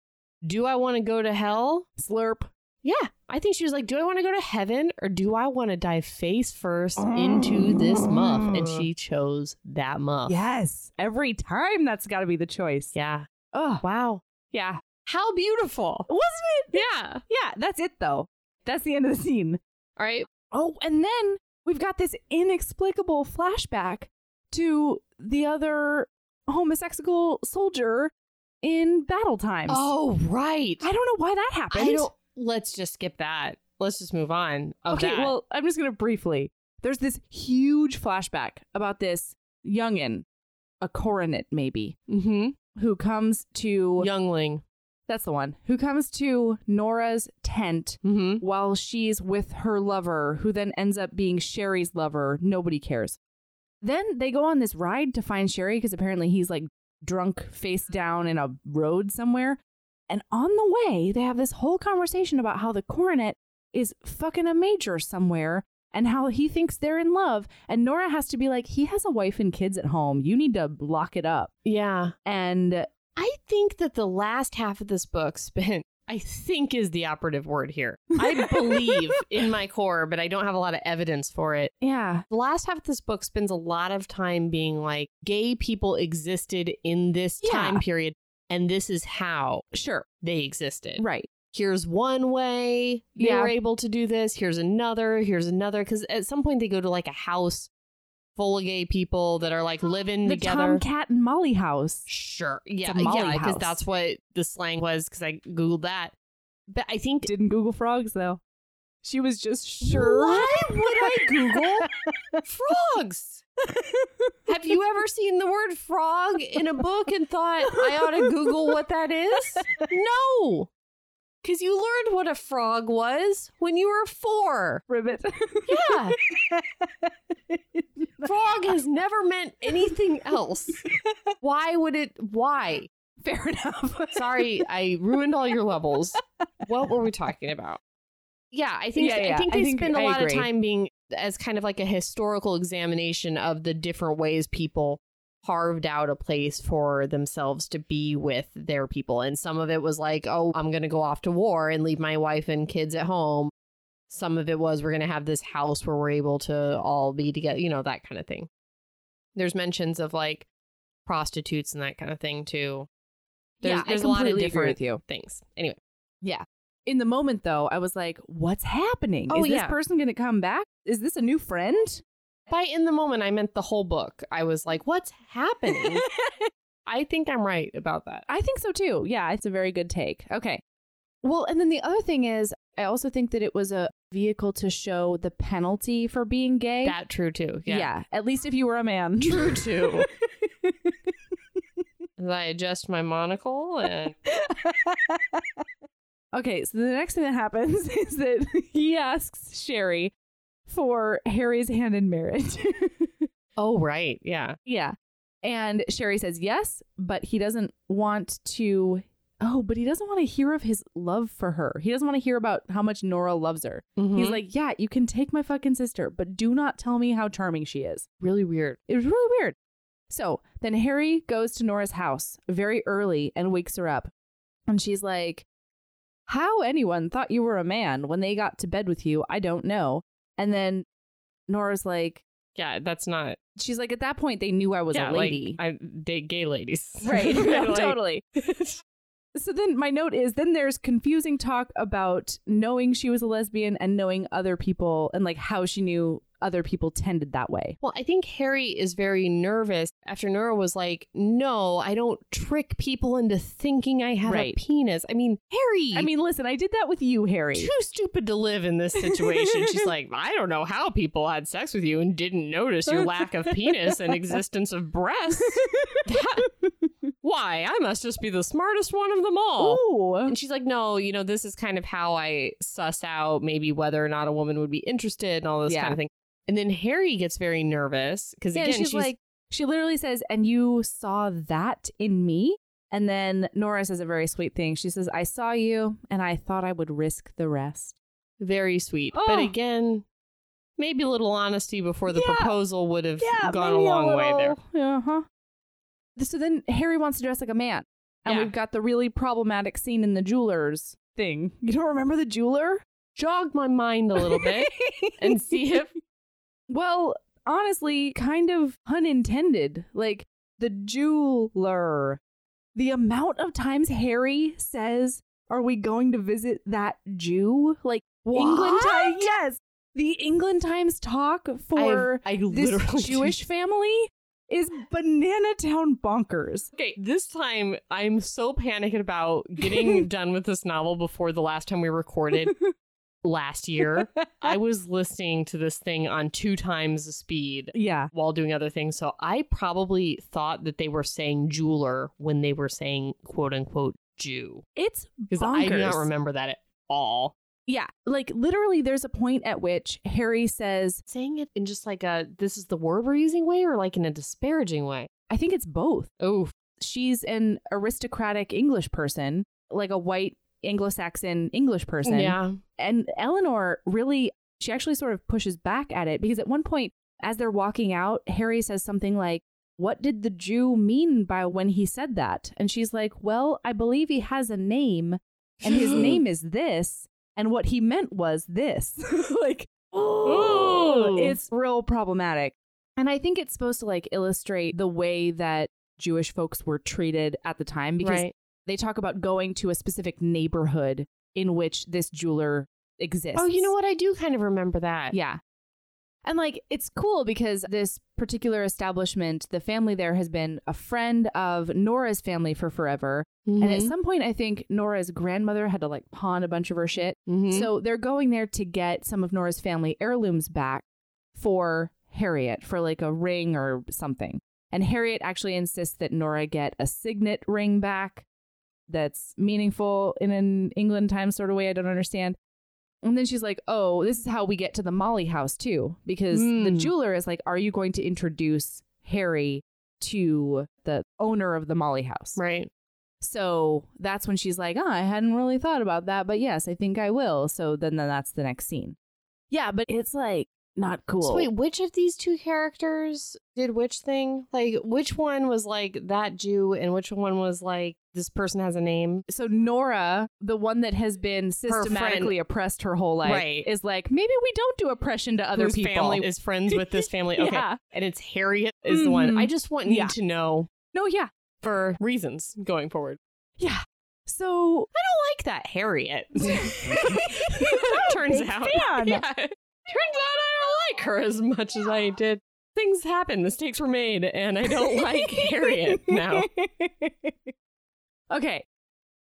Speaker 2: "Do I want to go to hell?"
Speaker 1: Slurp.
Speaker 2: Yeah, I think she was like, "Do I want to go to heaven or do I want to dive face first into this muff?" And
Speaker 1: Oh.
Speaker 2: she chose that muff.
Speaker 1: Yes. Every time that's got to be the choice.
Speaker 2: Yeah.
Speaker 1: Oh,
Speaker 2: Wow.
Speaker 1: yeah.
Speaker 6: How beautiful.
Speaker 1: Wasn't it?
Speaker 2: Yeah.
Speaker 1: Yeah, that's it though. That's the end of the scene.
Speaker 2: All right.
Speaker 1: Oh, and then we've got this inexplicable flashback to the other homosexual soldier in battle times.
Speaker 2: Oh, right.
Speaker 1: I don't know why that happened.
Speaker 2: I don't. Let's just skip that. Let's just move on. Of
Speaker 1: okay,
Speaker 2: that.
Speaker 1: well, I'm just going to briefly. There's this huge flashback about this youngin, a coronet maybe,
Speaker 2: mm-hmm.
Speaker 1: who comes to
Speaker 2: youngling.
Speaker 1: that's the one who comes to Nora's tent
Speaker 2: Mm-hmm.
Speaker 1: while she's with her lover, who then ends up being Sherry's lover. Nobody cares. Then they go on this ride to find Sherry because apparently he's like drunk, face down in a road somewhere. And on the way, they have this whole conversation about how the coronet is fucking a major somewhere and how he thinks they're in love. And Nora has to be like, he has a wife and kids at home. You need to lock it up.
Speaker 2: Yeah.
Speaker 1: And
Speaker 2: I think that the last half of this book spent. I think is the operative word here. I believe in my core, but I don't have a lot of evidence for it.
Speaker 1: yeah,
Speaker 2: The last half of this book spends a lot of time being like gay people existed in this
Speaker 1: Yeah.
Speaker 2: time period and this is how
Speaker 1: sure.
Speaker 2: they existed.
Speaker 1: Right.
Speaker 2: Here's one way they
Speaker 1: Yeah.
Speaker 2: were able to do this, here's another, here's another cuz at some point they go to like a house full of gay people that are like living
Speaker 1: The
Speaker 2: together.
Speaker 1: Tomcat and Molly house.
Speaker 2: Sure. Yeah,
Speaker 1: Molly
Speaker 2: yeah,
Speaker 1: house.
Speaker 2: cuz that's what the slang was cuz I googled that. But I think
Speaker 1: didn't Google frogs though. She was just sure.
Speaker 2: Why would I Google frogs? Have you ever seen the word frog in a book and thought I ought to Google what that is? No. Because you learned what a frog was when you were four.
Speaker 1: Ribbit.
Speaker 2: Yeah. Frog has never meant anything else. Why would it? Why?
Speaker 1: Fair enough.
Speaker 2: Sorry, I ruined all your levels. What were we talking about? Yeah, I think
Speaker 1: Yeah,
Speaker 2: I
Speaker 1: yeah,
Speaker 2: think
Speaker 1: I
Speaker 2: they
Speaker 1: think-
Speaker 2: spend a
Speaker 1: I
Speaker 2: lot
Speaker 1: agree.
Speaker 2: of time being as kind of like a historical examination of the different ways people carved out a place for themselves to be with their people. And some of it was like, "Oh, I'm going to go off to war and leave my wife and kids at home." Some of it was we're going to have this house where we're able to all be together, you know, that kind of thing. There's mentions of like prostitutes and that kind of thing too. There's,
Speaker 1: yeah,
Speaker 2: there's
Speaker 1: I
Speaker 2: a lot
Speaker 1: completely
Speaker 2: of
Speaker 1: agree
Speaker 2: different
Speaker 1: with you.
Speaker 2: things. Anyway,
Speaker 1: In the moment though, I was like, "What's happening?
Speaker 2: Oh,
Speaker 1: Is
Speaker 2: yeah.
Speaker 1: this person going to come back? Is this a new friend?"
Speaker 2: by in the moment, I meant the whole book. I was like, what's happening? I think I'm right about that.
Speaker 1: I think so too. Yeah, it's a very good take. Okay. Well, and then the other thing is, I also think that it was a vehicle to show the penalty for being gay.
Speaker 2: That true too. Yeah.
Speaker 1: at least if you were a man.
Speaker 2: True too. As I adjust my monocle and
Speaker 1: Okay, so the next thing that happens is that he asks Sherry for Harry's hand in marriage.
Speaker 2: Oh right. Yeah.
Speaker 1: yeah. And Sherry says yes, but he doesn't want to. Oh, but he doesn't want to hear of his love for her. He doesn't want to hear about how much Nora loves her. He's
Speaker 2: Mhm.
Speaker 1: like, yeah, you can take my fucking sister, but do not tell me how charming she is.
Speaker 2: really weird.
Speaker 1: It was really weird. So then Harry goes to Nora's house very early and wakes her up. And she's like, How anyone thought you were a man when they got to bed with you, I don't know. And then Nora's like,
Speaker 2: Yeah, that's not.
Speaker 1: She's like, at that point, they knew I was a
Speaker 2: yeah,
Speaker 1: lady.
Speaker 2: Like, I date gay ladies.
Speaker 1: Right.
Speaker 2: Yeah,
Speaker 1: Yeah,
Speaker 2: like-
Speaker 1: totally. so then my note is then there's confusing talk about knowing she was a lesbian and knowing other people and like how she knew other people tended that way.
Speaker 7: Well, I think Harry is very nervous after Nora was like, No, I don't trick people into thinking I have
Speaker 1: Right.
Speaker 7: a penis. I mean, Harry,
Speaker 1: I mean, listen, I did that with you, Harry.
Speaker 2: Too stupid to live in this situation. She's like, I don't know how people had sex with you and didn't notice your lack of penis and existence of breasts. That- why? I must just be the smartest one of them all.
Speaker 1: Ooh.
Speaker 2: And she's like, no, you know, this is kind of how I suss out maybe whether or not a woman would be interested and all this
Speaker 1: Yeah.
Speaker 2: kind of thing. And then Harry gets very nervous because
Speaker 1: Yeah,
Speaker 2: again,
Speaker 1: she's,
Speaker 2: she's,
Speaker 1: like, she literally says, and you saw that in me. And then Nora says a very sweet thing. She says, I saw you and I thought I would risk the rest.
Speaker 2: very sweet.
Speaker 7: but
Speaker 2: But again,
Speaker 7: again,
Speaker 2: maybe a little honesty before the
Speaker 1: "Oh." Yeah.
Speaker 2: proposal would have gone a long way there.
Speaker 1: there. Uh huh. So then Harry wants to dress like a man, and
Speaker 2: Yeah.
Speaker 1: we've got the really problematic scene in the jeweler's thing. You don't remember the jeweler?
Speaker 2: Jog my mind a little bit and see if
Speaker 1: Well, honestly, kind of unintended. Like the jeweler. The amount of times Harry says, "Are we going to visit that Jew?" Like England Times. Yes, the England Times talk for
Speaker 2: I
Speaker 1: this
Speaker 2: literally
Speaker 1: Jewish family is banana town bonkers.
Speaker 2: Okay, this time I'm so panicked about getting done with this novel before the last time we recorded last year. I was listening to this thing on two times the speed
Speaker 1: Yeah.
Speaker 2: while doing other things. So I probably thought that they were saying jeweler when they were saying quote unquote Jew.
Speaker 1: It's
Speaker 2: Because
Speaker 1: bonkers.
Speaker 2: I do not remember that at all.
Speaker 1: Yeah. Like literally there's a point at which Harry says,
Speaker 2: Saying it in just like a this is the word we're using way or like in a disparaging way.
Speaker 1: I think it's both.
Speaker 2: Oh,
Speaker 1: She's an aristocratic English person, like a white Anglo-Saxon English person.
Speaker 2: yeah.
Speaker 1: And Eleanor really she actually sort of pushes back at it because at one point as they're walking out, Harry says something like what did the Jew mean by when he said that? And she's like, Well, I believe he has a name and his name is this, and what he meant was this. like,
Speaker 2: Ooh.
Speaker 1: it's real problematic. And I think it's supposed to like illustrate the way that Jewish folks were treated at the time because
Speaker 2: Right.
Speaker 1: they talk about going to a specific neighborhood in which this jeweler exists.
Speaker 2: Oh, you know what? I do kind of remember that.
Speaker 1: Yeah. And like it's cool because this particular establishment, the family there has been a friend of Nora's family for forever.
Speaker 2: Mm-hmm.
Speaker 1: And at some point I think Nora's grandmother had to like pawn a bunch of her shit.
Speaker 2: Mhm.
Speaker 1: So they're going there to get some of Nora's family heirlooms back for Harriet for like a ring or something. And Harriet actually insists that Nora get a signet ring back that's meaningful in an England time sort of way. I don't understand. And then she's like, oh, this is how we get to the Molly house too. Because the
Speaker 2: Mm.
Speaker 1: jeweler is like, are you going to introduce Harry to the owner of the Molly house?
Speaker 2: right.
Speaker 1: So that's when she's like, oh, I hadn't really thought about that, but yes, I think I will. So then, then that's the next scene. Yeah, but it's like not cool.
Speaker 7: So wait,
Speaker 2: Which of these two characters did which thing? Like, which one was like that Jew and which one was like this person has a name?
Speaker 1: So Nora, the one that has been
Speaker 2: friend-
Speaker 1: systematically oppressed her whole life,
Speaker 2: Right.
Speaker 1: is like, maybe we don't do oppression to other
Speaker 2: Whose
Speaker 1: people.
Speaker 2: family is friends with this family. Okay.
Speaker 1: Yeah.
Speaker 2: And it's Harriet is the one.
Speaker 1: Mhm.
Speaker 2: I just want you
Speaker 1: Yeah.
Speaker 2: to know
Speaker 1: No, yeah.
Speaker 2: for reasons going forward.
Speaker 1: Yeah. So
Speaker 2: Like that Harriet. Turns
Speaker 1: big
Speaker 2: out.
Speaker 1: fan.
Speaker 2: Yeah. Turns out I don't like her as much as I did. Things happen, mistakes were made, and I don't like Harriet now.
Speaker 1: Okay.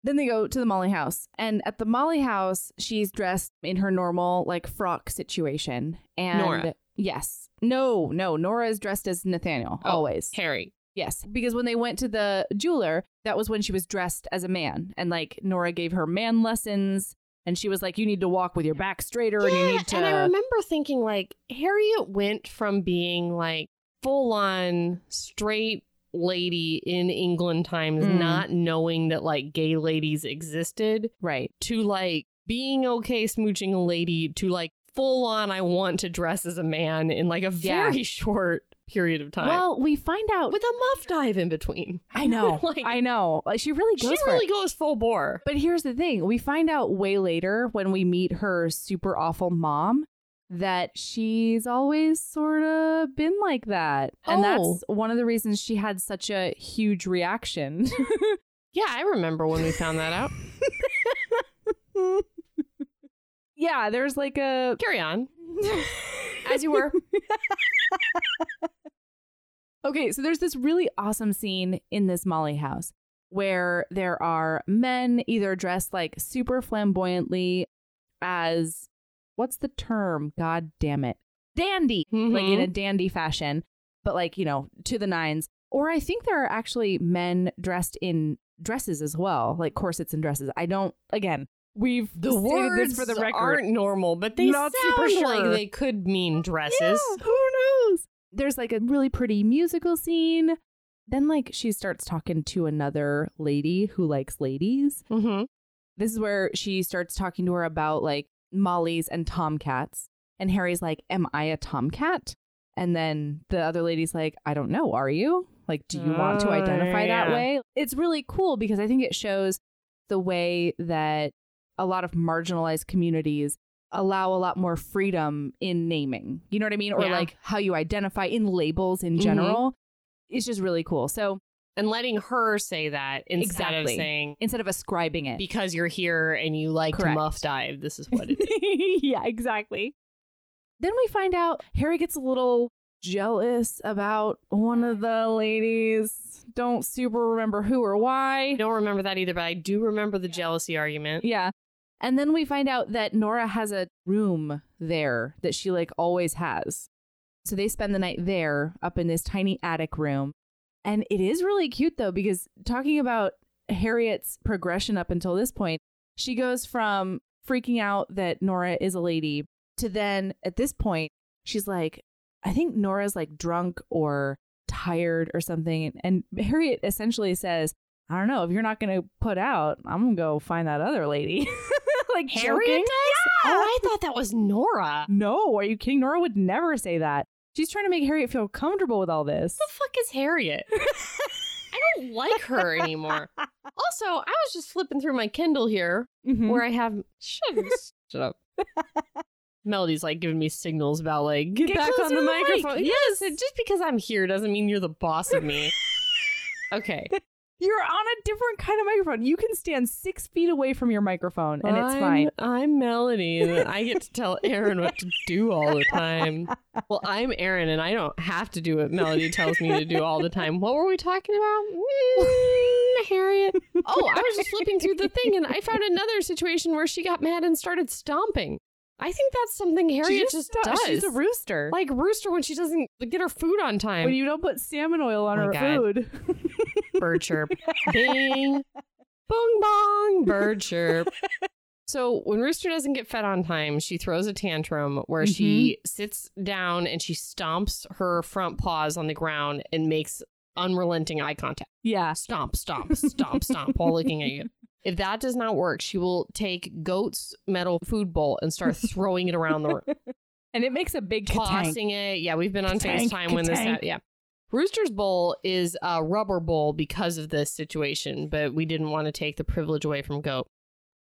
Speaker 1: Then they go to the Molly house. And at the Molly house, she's dressed in her normal, like, frock situation. And
Speaker 2: Nora.
Speaker 1: yes. No, no. Nora is dressed as Nathaniel,
Speaker 2: Oh.
Speaker 1: always.
Speaker 2: Harry.
Speaker 1: Yes. Because when they went to the jeweler, that was when she was dressed as a man. And, like, Nora gave her man lessons. And she was like, you need to walk with your back straighter and you
Speaker 2: Yeah,
Speaker 1: need to.
Speaker 2: And I remember thinking, like, Harriet went from being like full on straight lady in England times,
Speaker 1: Mm.
Speaker 2: not knowing that like gay ladies existed,
Speaker 1: right.
Speaker 2: to like being okay smooching a lady, to like full on, I want to dress as a man in like a
Speaker 1: Yeah.
Speaker 2: very short period of time.
Speaker 1: Well, we find out.
Speaker 2: with a muff dive in between.
Speaker 1: I know.
Speaker 2: Like-
Speaker 1: I know. Like, She really
Speaker 2: She
Speaker 1: goes for it.
Speaker 2: really goes full bore.
Speaker 1: But here's the thing we find out way later when we meet her super awful mom that she's always sort of been like that. And
Speaker 7: Oh.
Speaker 1: that's one of the reasons she had such a huge reaction.
Speaker 2: Yeah, I remember when we found that out.
Speaker 1: yeah, there's like a.
Speaker 2: Carry on.
Speaker 1: As you were. okay, so there's this really awesome scene in this Molly house where there are men either dressed like super flamboyantly as what's the term? God damn it. Dandy. like
Speaker 2: Mm-hmm.
Speaker 1: in a dandy fashion, but like, you know, to the nines. Or I think there are actually men dressed in dresses as well, like corsets and dresses. I don't, again, we've
Speaker 2: the
Speaker 1: stated
Speaker 2: words
Speaker 1: this for the record.
Speaker 2: aren't normal, but they
Speaker 1: Not super
Speaker 2: sound like
Speaker 1: sure.
Speaker 2: they could mean dresses.
Speaker 1: Yeah, who knows? There's like a really pretty musical scene. Then, like, she starts talking to another lady who likes ladies.
Speaker 2: Mm-hmm.
Speaker 1: This is where she starts talking to her about like Molly's and Tomcats. And Harry's like, Am I a Tomcat? And then the other lady's like, I don't know, are you? Like, do you want to
Speaker 2: Oh,
Speaker 1: identify that
Speaker 2: yeah.
Speaker 1: way? It's really cool because I think it shows the way that a lot of marginalized communities allow a lot more freedom in naming. You know what I mean? Or
Speaker 2: Yeah.
Speaker 1: like how you identify in labels in
Speaker 2: Mhm.
Speaker 1: general. It's just really cool. So
Speaker 2: And letting her say that instead
Speaker 1: Exactly.
Speaker 2: of saying
Speaker 1: instead of ascribing it,
Speaker 2: because you're here and you like
Speaker 1: Correct.
Speaker 2: to muff dive, this is what it is.
Speaker 1: yeah, exactly. Then we find out Harry gets a little jealous about one of the ladies. Don't super remember who or
Speaker 2: I
Speaker 1: why.
Speaker 2: don't remember that either, but I do remember the jealousy argument.
Speaker 1: Yeah. And then we find out that Nora has a room there that she like always has. So they spend the night there up in this tiny attic room. And it is really cute though because talking about Harriet's progression up until this point, she goes from freaking out that Nora is a lady to then at this point, she's like, I think Nora's like drunk or tired or something. And Harriet essentially says, I don't know, if you're not going to put out, I'm going to go find that other lady. like, joking.
Speaker 2: Oh, I thought that was Nora.
Speaker 1: No, are you kidding? Nora would never say that. She's trying to make Harriet feel comfortable with all this.
Speaker 2: the fuck is Harriet? I don't like her anymore. Also, I was just flipping through my Kindle here where I have. Shut, shut up. Melody's like giving me signals about like get,
Speaker 1: Get
Speaker 2: back
Speaker 1: closer
Speaker 2: on
Speaker 1: to
Speaker 2: the
Speaker 1: the mic,
Speaker 2: microphone. Yes, it- just because I'm here doesn't mean you're the boss of me. okay,
Speaker 1: You're on a different kind of microphone. You can stand six feet away from your microphone and it's
Speaker 2: I'm-
Speaker 1: fine.
Speaker 2: I'm Melody, and I get to tell Aaron what to do all the time. Well, I'm Aaron, and I don't have to do what Melody tells me to do all the time. What were we talking about? Mm, Harriet. Oh, I was just flipping through the thing, and I found another situation where she got mad and started stomping. I think that's something
Speaker 1: She
Speaker 2: Harriet just,
Speaker 1: does.
Speaker 2: does.
Speaker 1: She's a rooster.
Speaker 2: like Rooster when she doesn't get her food on time.
Speaker 1: when you don't put salmon oil on
Speaker 2: Oh my
Speaker 1: her
Speaker 2: God.
Speaker 1: food.
Speaker 2: bird chirp. Bing. Bong bong. Bird chirp. So when Rooster doesn't get fed on time, she throws a tantrum where she
Speaker 1: Mm-hmm.
Speaker 2: sits down and she stomps her front paws on the ground and makes unrelenting eye contact.
Speaker 1: yeah.
Speaker 2: Stomp, stomp, stomp, stomp while looking at you. If that does not work, she will take goat's metal food bowl and start throwing it around the room
Speaker 1: And it makes a big tank.
Speaker 2: tossing it. Yeah, we've been on
Speaker 1: Ka-tank,
Speaker 2: FaceTime when this
Speaker 1: ka-tank.
Speaker 2: happened. Yeah. Rooster's Bowl is a rubber bowl because of this situation, but we didn't want to take the privilege away from goat.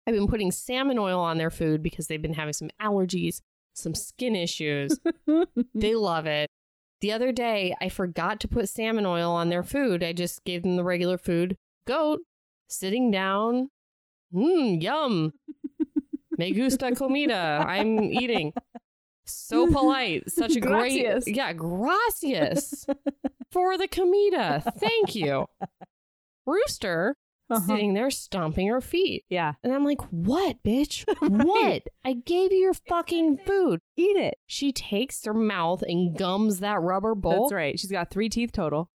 Speaker 2: I've been putting salmon oil on their food because they've been having some allergies, some skin issues.
Speaker 1: Uh-huh. Mm.
Speaker 2: they love it. The other day, I forgot to put salmon oil on their food. I just gave them the regular food. Goat sitting down. Mmm, yum. Me gusta comida. I'm eating. So polite. Such a
Speaker 1: Gracias.
Speaker 2: great. Yeah, gracias for the comida. Thank you. Rooster
Speaker 1: Uh-huh.
Speaker 2: sitting there stomping her feet.
Speaker 1: Yeah.
Speaker 2: And I'm like, what, bitch? What? I gave you your fucking food.
Speaker 1: Eat it.
Speaker 2: She takes her mouth and gums that rubber bowl,
Speaker 1: That's right. She's got three teeth total.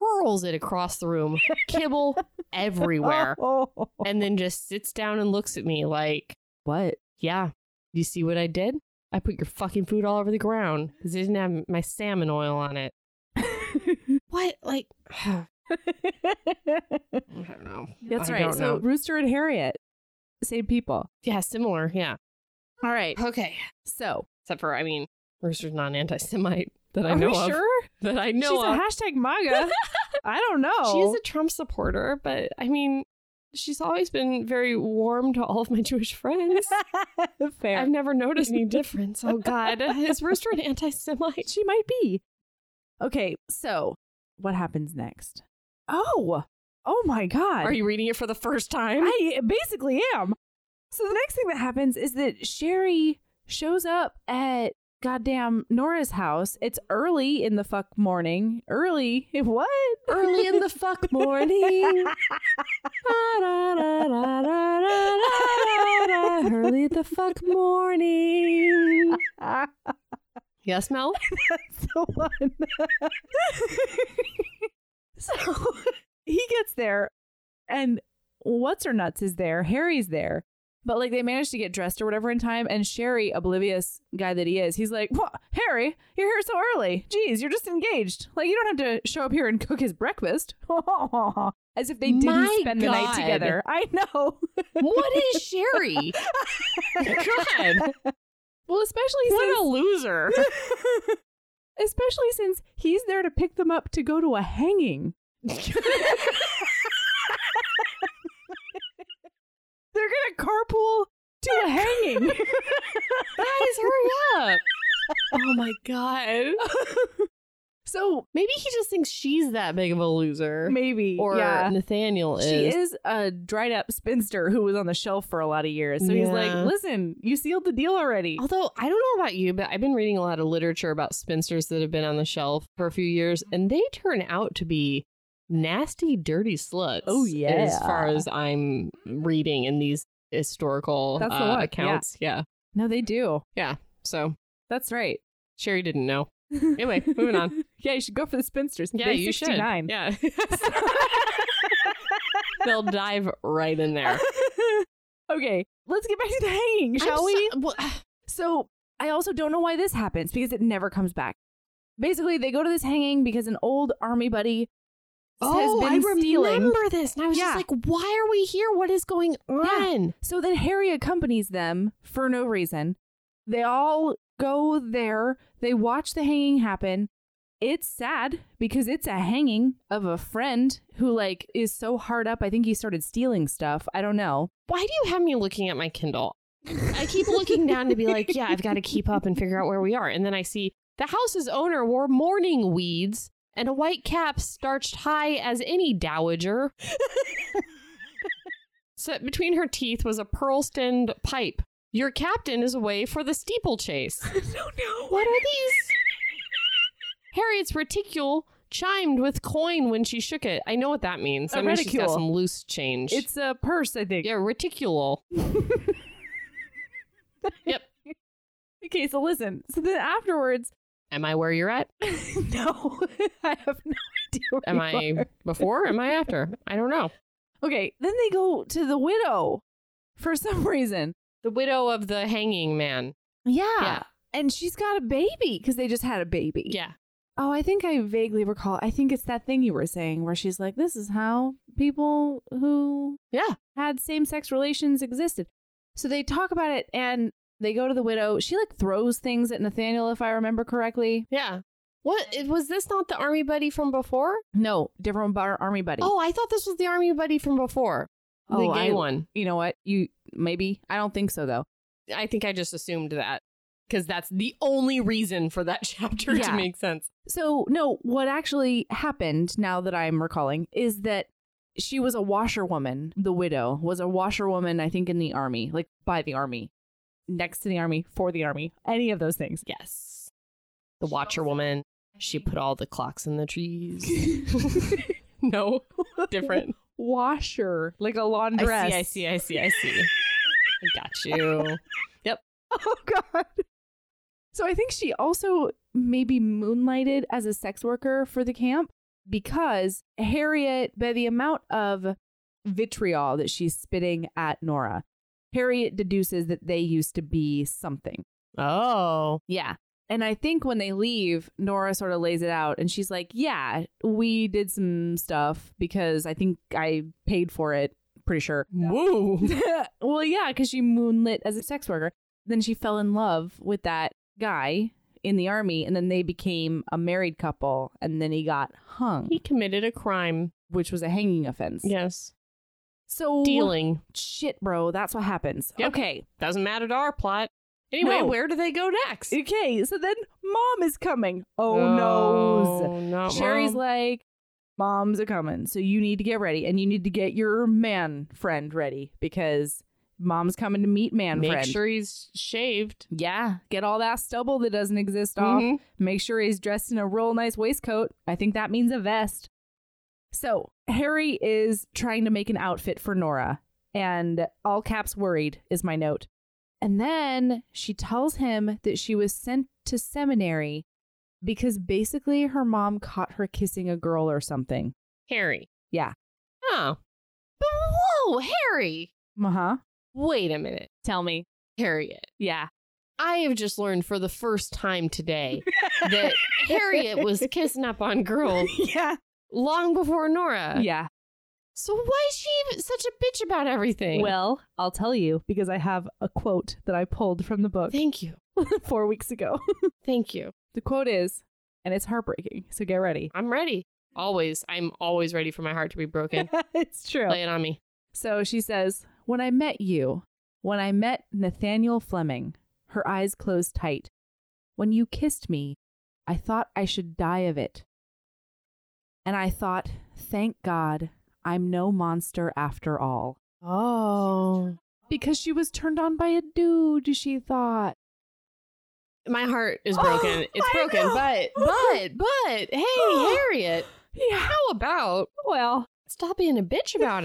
Speaker 2: hurls it across the room, kibble everywhere,
Speaker 1: Oh,
Speaker 2: and then just sits down and looks at me like,
Speaker 1: what?
Speaker 2: yeah, you see what I did? I put your fucking food all over the ground because it didn't have my salmon oil on it. what? Like, I don't know.
Speaker 1: That's
Speaker 2: I
Speaker 1: right.
Speaker 2: don't
Speaker 1: So
Speaker 2: know.
Speaker 1: Rooster and Harriet, same people.
Speaker 2: yeah, similar. Yeah.
Speaker 1: All right.
Speaker 2: Okay.
Speaker 1: So
Speaker 2: Except for, I mean, Rooster's not an anti Semite that I
Speaker 1: are
Speaker 2: know
Speaker 1: we
Speaker 2: of.
Speaker 1: sure?
Speaker 2: That I know
Speaker 1: She's
Speaker 2: of.
Speaker 1: a hashtag MAGA. I don't know.
Speaker 2: She's a Trump supporter, but I mean, she's always been very warm to all of my Jewish friends.
Speaker 1: Fair.
Speaker 2: I've never noticed any difference. Oh God, is Rooster an anti-Semite?
Speaker 1: she might be. Okay, so what happens next? Oh, oh my God.
Speaker 8: Are you reading it for the first time?
Speaker 1: I basically am. So the next thing that happens is that Sherry shows up at goddamn Nora's house. It's early in the fuck morning. Early? What?
Speaker 2: Early in the fuck morning.
Speaker 1: Da-da-da-da-da-da-da-da. early the fuck morning.
Speaker 2: Yes, Mel.
Speaker 1: the one. so he gets there, and what's her nuts is there. Harry's there, but like they managed to get dressed or whatever in time. And Sherry, oblivious guy that he is, he's like, "What, Harry? You're here so early. Jeez, you're just engaged. Like you don't have to show up here and cook his breakfast." As if they didn't
Speaker 8: My
Speaker 1: spend the night
Speaker 8: God.
Speaker 1: together. I know.
Speaker 8: what is Sherry? God,
Speaker 1: Well, especially
Speaker 8: what a loser.
Speaker 1: since especially since he's there to pick them up to go to a hanging. They're gonna carpool to a hanging.
Speaker 8: Guys, hurry up.
Speaker 2: Oh my God.
Speaker 1: so
Speaker 2: Maybe he just thinks she's that big of a loser,
Speaker 1: maybe
Speaker 2: or
Speaker 1: yeah.
Speaker 2: Nathaniel is.
Speaker 1: She is a dried up spinster who was on the shelf for a lot of years. So he's like,
Speaker 2: Yeah.
Speaker 1: listen, you sealed the deal already.
Speaker 2: Although I don't know about you, but I've been reading a lot of literature about spinsters that have been on the shelf for a few years, and they turn out to be nasty, dirty sluts.
Speaker 1: Oh,
Speaker 2: as far
Speaker 1: yeah.
Speaker 2: as I'm reading in these historical
Speaker 1: That's the
Speaker 2: uh,
Speaker 1: one, yeah.
Speaker 2: accounts. Yeah.
Speaker 1: No, they do.
Speaker 2: So
Speaker 1: That's right.
Speaker 2: Sherry didn't know. Anyway, moving on.
Speaker 1: Yeah, you should go for the spinsters.
Speaker 2: Yeah,
Speaker 1: Day
Speaker 2: you
Speaker 1: 69.
Speaker 2: should. Yeah. They'll dive right in there.
Speaker 1: okay, let's get back to the hanging, shall
Speaker 2: I'm
Speaker 1: we?
Speaker 2: so- well,
Speaker 1: So I also don't know why this happens because it never comes back. Basically, they go to this hanging because an old army buddy
Speaker 2: oh,
Speaker 1: has been
Speaker 2: I
Speaker 1: stealing.
Speaker 2: remember this, and I was
Speaker 1: Yeah.
Speaker 2: just like, "Why are we here? What is going on?"
Speaker 1: So then Harry accompanies them for no reason. They all go there. They watch the hanging happen. It's sad because it's a hanging of a friend who like is so hard up. I think he started stealing stuff. I don't know.
Speaker 2: Why do you have me looking at my Kindle? I keep looking down to be like, yeah, I've got to keep up and figure out where we are. And then I see the house's owner wore mourning weeds and a white cap starched high as any dowager. so between her teeth was a pearl stemmed pipe. Your captain is away for the steeplechase. What are these? Harriet's reticule chimed with coin when she shook it. I know what that means.
Speaker 1: A
Speaker 2: I mean, she's got
Speaker 1: reticule.
Speaker 2: some loose change.
Speaker 1: It's a purse, I think.
Speaker 2: Yeah, reticule.
Speaker 1: Okay, so listen. So then afterwards,
Speaker 2: Am I where you're at?
Speaker 1: no, I have no idea. where
Speaker 2: Am
Speaker 1: you
Speaker 2: I before? Am I after? I don't know.
Speaker 1: Okay, then they go to the widow for some reason.
Speaker 2: The widow of the hanging man.
Speaker 1: Yeah.
Speaker 2: Yeah.
Speaker 1: And she's got a baby because they just had a baby.
Speaker 2: Yeah.
Speaker 1: Oh, I think I vaguely recall. I think it's that thing you were saying where she's like, this is how people who
Speaker 2: Yeah.
Speaker 1: had same sex relations existed. So they talk about it and they go to the widow. She like throws things at Nathaniel, if I remember correctly.
Speaker 2: Yeah. What it- was this not the army buddy from before?
Speaker 1: No, different bar army buddy.
Speaker 2: Oh, I thought this was the army buddy from before. The
Speaker 1: Oh,
Speaker 2: gay
Speaker 1: I-
Speaker 2: one.
Speaker 1: You know what? You maybe. I don't think so though.
Speaker 2: I think I just assumed that because that's the
Speaker 8: Only reason for that chapter
Speaker 1: Yeah.
Speaker 8: to make sense.
Speaker 1: So, no, what actually happened now that I'm recalling is that she was a washerwoman. The widow was a washerwoman, I think, in the army, like by the army, next to the army, for the army, any of those things.
Speaker 2: yes. The watcher woman. She put all the clocks in the trees.
Speaker 8: No, different.
Speaker 1: Washer, like a
Speaker 8: I see,
Speaker 1: laundress.
Speaker 8: I see, I see, I see.
Speaker 2: I got you.
Speaker 1: Oh, God. So, I think she also maybe moonlighted as a sex worker for the camp because Harriet, by the amount of vitriol that she's spitting at Nora, Harriet deduces that they used to be something.
Speaker 8: Oh.
Speaker 1: Yeah. And I think when they leave, Nora sort of lays it out and she's like, Yeah, we did some stuff because I think I paid for it, pretty sure.
Speaker 8: Woo.
Speaker 1: well, yeah, because she moonlit as a sex worker. Then she fell in love with that guy in the army and then they became a married couple and then he got hung,
Speaker 2: He committed a crime.
Speaker 1: which was a hanging offense.
Speaker 2: Yes.
Speaker 1: So
Speaker 2: Dealing.
Speaker 1: shit, bro. That's what happens.
Speaker 2: Yep.
Speaker 1: Okay.
Speaker 2: Doesn't matter to our plot. Anyway,
Speaker 1: No.
Speaker 2: where do they go next?
Speaker 1: Okay. So then mom is coming. Oh, no.
Speaker 2: Oh, not
Speaker 1: Sherry's
Speaker 2: mom.
Speaker 1: like, Mom's a coming, so you need to get ready, and you need to get your man friend ready because Mom's coming to meet man
Speaker 2: Make
Speaker 1: friend.
Speaker 2: sure he's shaved.
Speaker 1: yeah, get all that stubble that doesn't exist off.
Speaker 2: Mhm.
Speaker 1: Make sure he's dressed in a real nice waistcoat. I think that means a vest. So Harry is trying to make an outfit for Nora, and all caps worried is my note. And then she tells him that she was sent to seminary because basically her mom caught her kissing a girl or something.
Speaker 2: Harry.
Speaker 1: Yeah.
Speaker 2: Oh. But whoa, Harry.
Speaker 1: Uh huh.
Speaker 2: Wait a minute.
Speaker 1: Tell me.
Speaker 2: Harriet.
Speaker 1: Yeah.
Speaker 2: I have just learned for the first time today that Harriet was kissing up on girls
Speaker 1: Yeah.
Speaker 2: long before Nora.
Speaker 1: Yeah.
Speaker 2: So why is she even such a bitch about everything?
Speaker 1: Well, I'll tell you because I have a quote that I pulled from the book
Speaker 2: thank you.
Speaker 1: four weeks ago.
Speaker 2: Thank you.
Speaker 1: The quote is, and it's heartbreaking, so get ready.
Speaker 2: I'm ready. Always. I'm always ready for my heart to be broken.
Speaker 1: it's true.
Speaker 2: Lay it on me.
Speaker 1: So she says, When I met you, when I met Nathaniel Fleming, her eyes closed tight. When you kissed me, I thought I should die of it. And I thought, Thank God, I'm no monster after all.
Speaker 2: Oh.
Speaker 1: Because she was turned on by a dude, she thought.
Speaker 2: My heart is
Speaker 1: Oh,
Speaker 2: broken. it's
Speaker 1: I
Speaker 2: broken.
Speaker 1: know.
Speaker 2: But, but, but, hey, Harriet,
Speaker 1: Yeah.
Speaker 2: how about
Speaker 1: Well,
Speaker 2: stop being a bitch about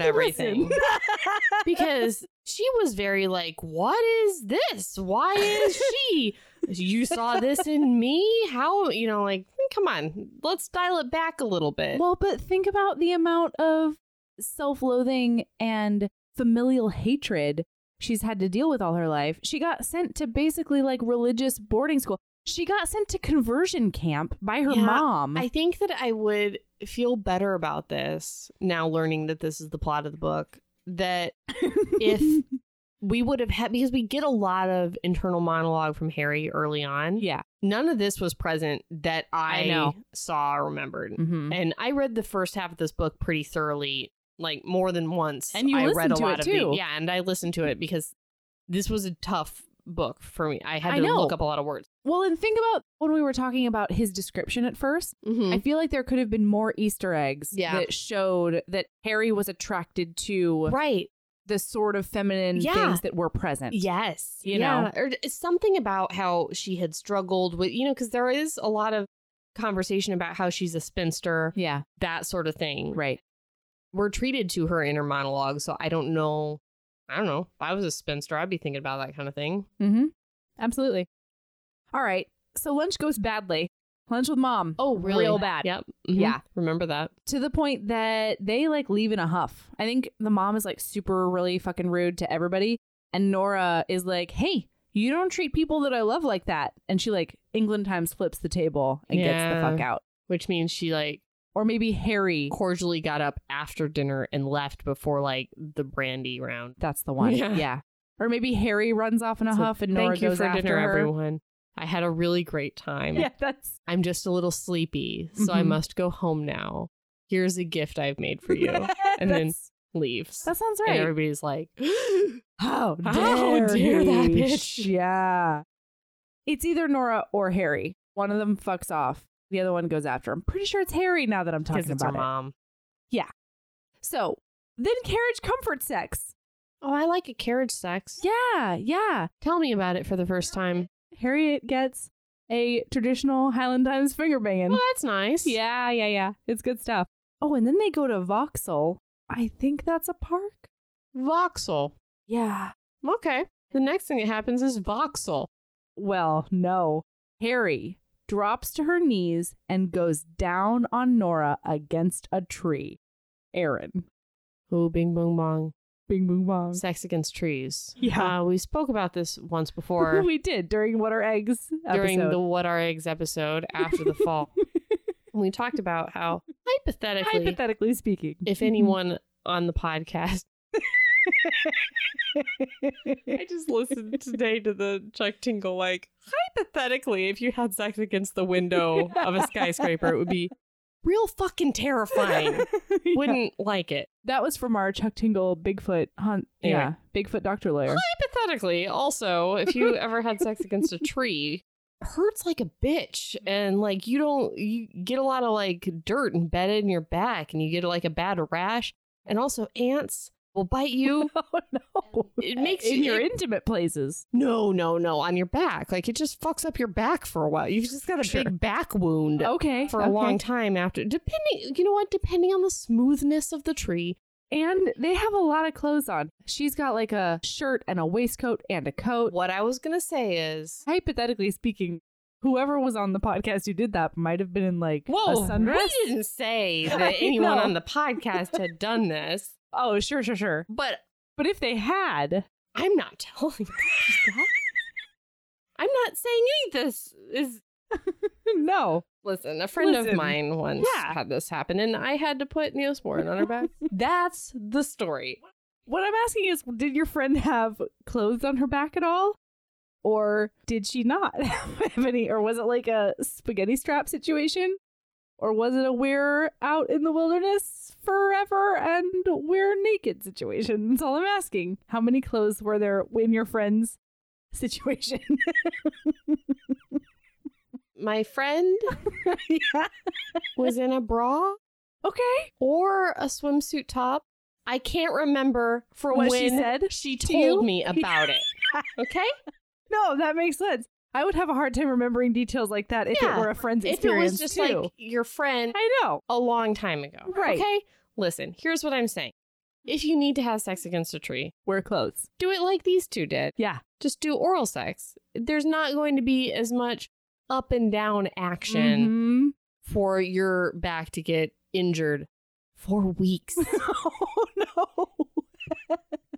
Speaker 2: everything?
Speaker 1: listen.
Speaker 2: because she was very like, "What is this? Why is she? You saw this in me? How you know? Like, come on, let's dial it back a little bit."
Speaker 1: Well, but think about the amount of self loathing and familial hatred she's had to deal with all her life. She got sent to basically like religious boarding school. She got sent to conversion camp by her
Speaker 2: Yeah,
Speaker 1: mom.
Speaker 2: I think that I would feel better about this now, learning that this is the plot of the book. That if- we would have had because we get a lot of internal monologue from Harry early on.
Speaker 1: yeah.
Speaker 2: None of this was present that I,
Speaker 1: I know.
Speaker 2: saw or remembered.
Speaker 1: Mm-hmm.
Speaker 2: and I read the first half of this book pretty thoroughly, like more than once.
Speaker 1: And you
Speaker 2: I read
Speaker 1: listened
Speaker 2: a
Speaker 1: to
Speaker 2: lot
Speaker 1: it,
Speaker 2: of
Speaker 1: too.
Speaker 2: The, yeah, and I listened to it because this was a tough book for me. I had
Speaker 1: I
Speaker 2: to
Speaker 1: know.
Speaker 2: look up a lot of words.
Speaker 1: Well, and think about when we were talking about his description at 1st
Speaker 2: Mm-hmm.
Speaker 1: I feel like there could have been more Easter eggs
Speaker 2: Yeah.
Speaker 1: that showed that Harry was attracted to
Speaker 2: Right.
Speaker 1: the sort of feminine
Speaker 2: Yeah.
Speaker 1: things that were present.
Speaker 2: Yes.
Speaker 1: You
Speaker 2: yeah. Or d- something about how she had struggled with, you know, because there is a lot of conversation about how she's a spinster,
Speaker 1: Yeah.
Speaker 2: that sort of thing.
Speaker 1: Right.
Speaker 2: We're treated to her inner monologue. So I don't know. I don't know. If I was a spinster, I'd be thinking about that kind of thing.
Speaker 1: Mm-hmm. Absolutely. All right. So lunch goes badly. Lunch with mom.
Speaker 2: Oh,
Speaker 1: really?
Speaker 2: Real bad. Yep. Mhm.
Speaker 1: Yeah.
Speaker 2: Remember that.
Speaker 1: To the point that they like leave in a huff. I think the mom is like super really fucking rude to everybody. And Nora is like, hey, you don't treat people that I love like that. And she like England Times flips the table and gets the
Speaker 2: Yeah.
Speaker 1: fuck out.
Speaker 2: which means she like
Speaker 1: Or maybe Harry.
Speaker 2: cordially got up after dinner and left before like the brandy round.
Speaker 1: That's the one.
Speaker 2: Yeah.
Speaker 1: Yeah. Or maybe Harry runs off in a
Speaker 2: So
Speaker 1: huff and Nora
Speaker 2: Thank you
Speaker 1: goes
Speaker 2: for
Speaker 1: after
Speaker 2: dinner,
Speaker 1: her.
Speaker 2: everyone. I had a really great time.
Speaker 1: Yeah, that's
Speaker 2: I'm just a little sleepy, so I
Speaker 1: Mhm.
Speaker 2: must go home now. Here's a gift I've made for you, and then
Speaker 1: that's-
Speaker 2: leaves.
Speaker 1: that sounds
Speaker 2: And
Speaker 1: right.
Speaker 2: everybody's like,
Speaker 1: How dare,
Speaker 2: How dare that
Speaker 1: he.
Speaker 2: bitch.
Speaker 1: Yeah. It's either Nora or Harry. One of them fucks off. The other one goes after. I'm pretty sure it's Harry now that I'm
Speaker 2: because
Speaker 1: talking
Speaker 2: it's her
Speaker 1: about it.
Speaker 2: mom.
Speaker 1: So then carriage comfort sex.
Speaker 2: Oh, I like a carriage sex.
Speaker 1: Yeah, yeah.
Speaker 2: Tell me about it for the first time.
Speaker 1: Harriet gets a traditional Highland Times finger banging.
Speaker 2: Well, that's nice.
Speaker 1: Yeah, yeah, yeah. It's good stuff. Oh, and then they go to Vauxhall. I think that's a park.
Speaker 2: Voxel.
Speaker 1: Yeah.
Speaker 2: Okay. The next thing that happens is Voxel.
Speaker 1: Well, no. Harry drops to her knees and goes down on Nora against a tree. Aaron.
Speaker 2: Oh, bing, bong, bong.
Speaker 1: Bing boom bong.
Speaker 2: Sex Against Trees.
Speaker 1: Yeah.
Speaker 2: Uh, we spoke about this once before
Speaker 1: we did during What Are Eggs
Speaker 2: during
Speaker 1: episode.
Speaker 2: the What Are Eggs episode after the fall. and we talked about how, hypothetically,
Speaker 1: Hypothetically speaking.
Speaker 2: if anyone on the podcast. I just listened today to the Chuck Tingle, like, hypothetically, if you had sex against the window of a skyscraper, it would be real fucking terrifying.
Speaker 1: Yeah.
Speaker 2: Wouldn't like it.
Speaker 1: That was from our Chuck Tingle Bigfoot hunt. Yeah,
Speaker 2: Anyway.
Speaker 1: Bigfoot doctor lawyer.
Speaker 2: Hypothetically, also, if you ever had sex against a tree, it hurts like a bitch, and like you don't you get a lot of like dirt embedded in your back, and you get like a bad rash, and also ants will bite you.
Speaker 1: oh no!
Speaker 2: It makes
Speaker 1: in
Speaker 2: you
Speaker 1: your
Speaker 2: it-
Speaker 1: intimate places.
Speaker 2: no, no, no, on your back. Like it just fucks up your back for a while. You've just got a
Speaker 1: Sure.
Speaker 2: big back wound
Speaker 1: Okay,
Speaker 2: for a
Speaker 1: okay.
Speaker 2: long time after. Depending, you know what? Depending on the smoothness of the tree,
Speaker 1: And they have a lot of clothes on. She's got like a shirt and a waistcoat and a coat.
Speaker 2: what I was gonna say is,
Speaker 1: Hypothetically speaking, whoever was on the podcast who did that might have been in like a
Speaker 2: whoa,
Speaker 1: sundress.
Speaker 2: we didn't say
Speaker 1: I
Speaker 2: that anyone
Speaker 1: know.
Speaker 2: on the podcast had done this,
Speaker 1: Oh, sure, sure, sure.
Speaker 2: but
Speaker 1: But if they had,
Speaker 2: I'm not telling you that. I'm not saying any of this is.
Speaker 1: no.
Speaker 2: Listen, a friend
Speaker 1: Listen.
Speaker 2: of mine once
Speaker 1: Yeah.
Speaker 2: had this happen, and I had to put Neosporin on her back. That's the story.
Speaker 1: What I'm asking is, did your friend have clothes on her back at all? Or did she not have any? Or was it like a spaghetti strap situation? Or was it a we're out in the wilderness forever and we're naked situation? That's all I'm asking. How many clothes were there in your friend's situation?
Speaker 2: My friend
Speaker 1: yeah.
Speaker 2: was in a bra
Speaker 1: Okay.
Speaker 2: or a swimsuit top. I can't remember from
Speaker 1: What
Speaker 2: when
Speaker 1: she said?
Speaker 2: she
Speaker 1: to
Speaker 2: told
Speaker 1: you?
Speaker 2: me about it. Okay?
Speaker 1: No, that makes sense. I would have a hard time remembering details like that if it
Speaker 2: Yeah.
Speaker 1: were a friend's
Speaker 2: If it
Speaker 1: experience
Speaker 2: was just
Speaker 1: too.
Speaker 2: like your friend
Speaker 1: I know.
Speaker 2: a long time ago.
Speaker 1: Right.
Speaker 2: Okay? Listen, here's what I'm saying. If you need to have sex against a tree,
Speaker 1: Wear clothes.
Speaker 2: do it like these two did.
Speaker 1: Yeah.
Speaker 2: Just do oral sex. There's not going to be as much up and down action
Speaker 1: Mhm.
Speaker 2: for your back to get injured for weeks.
Speaker 1: oh no.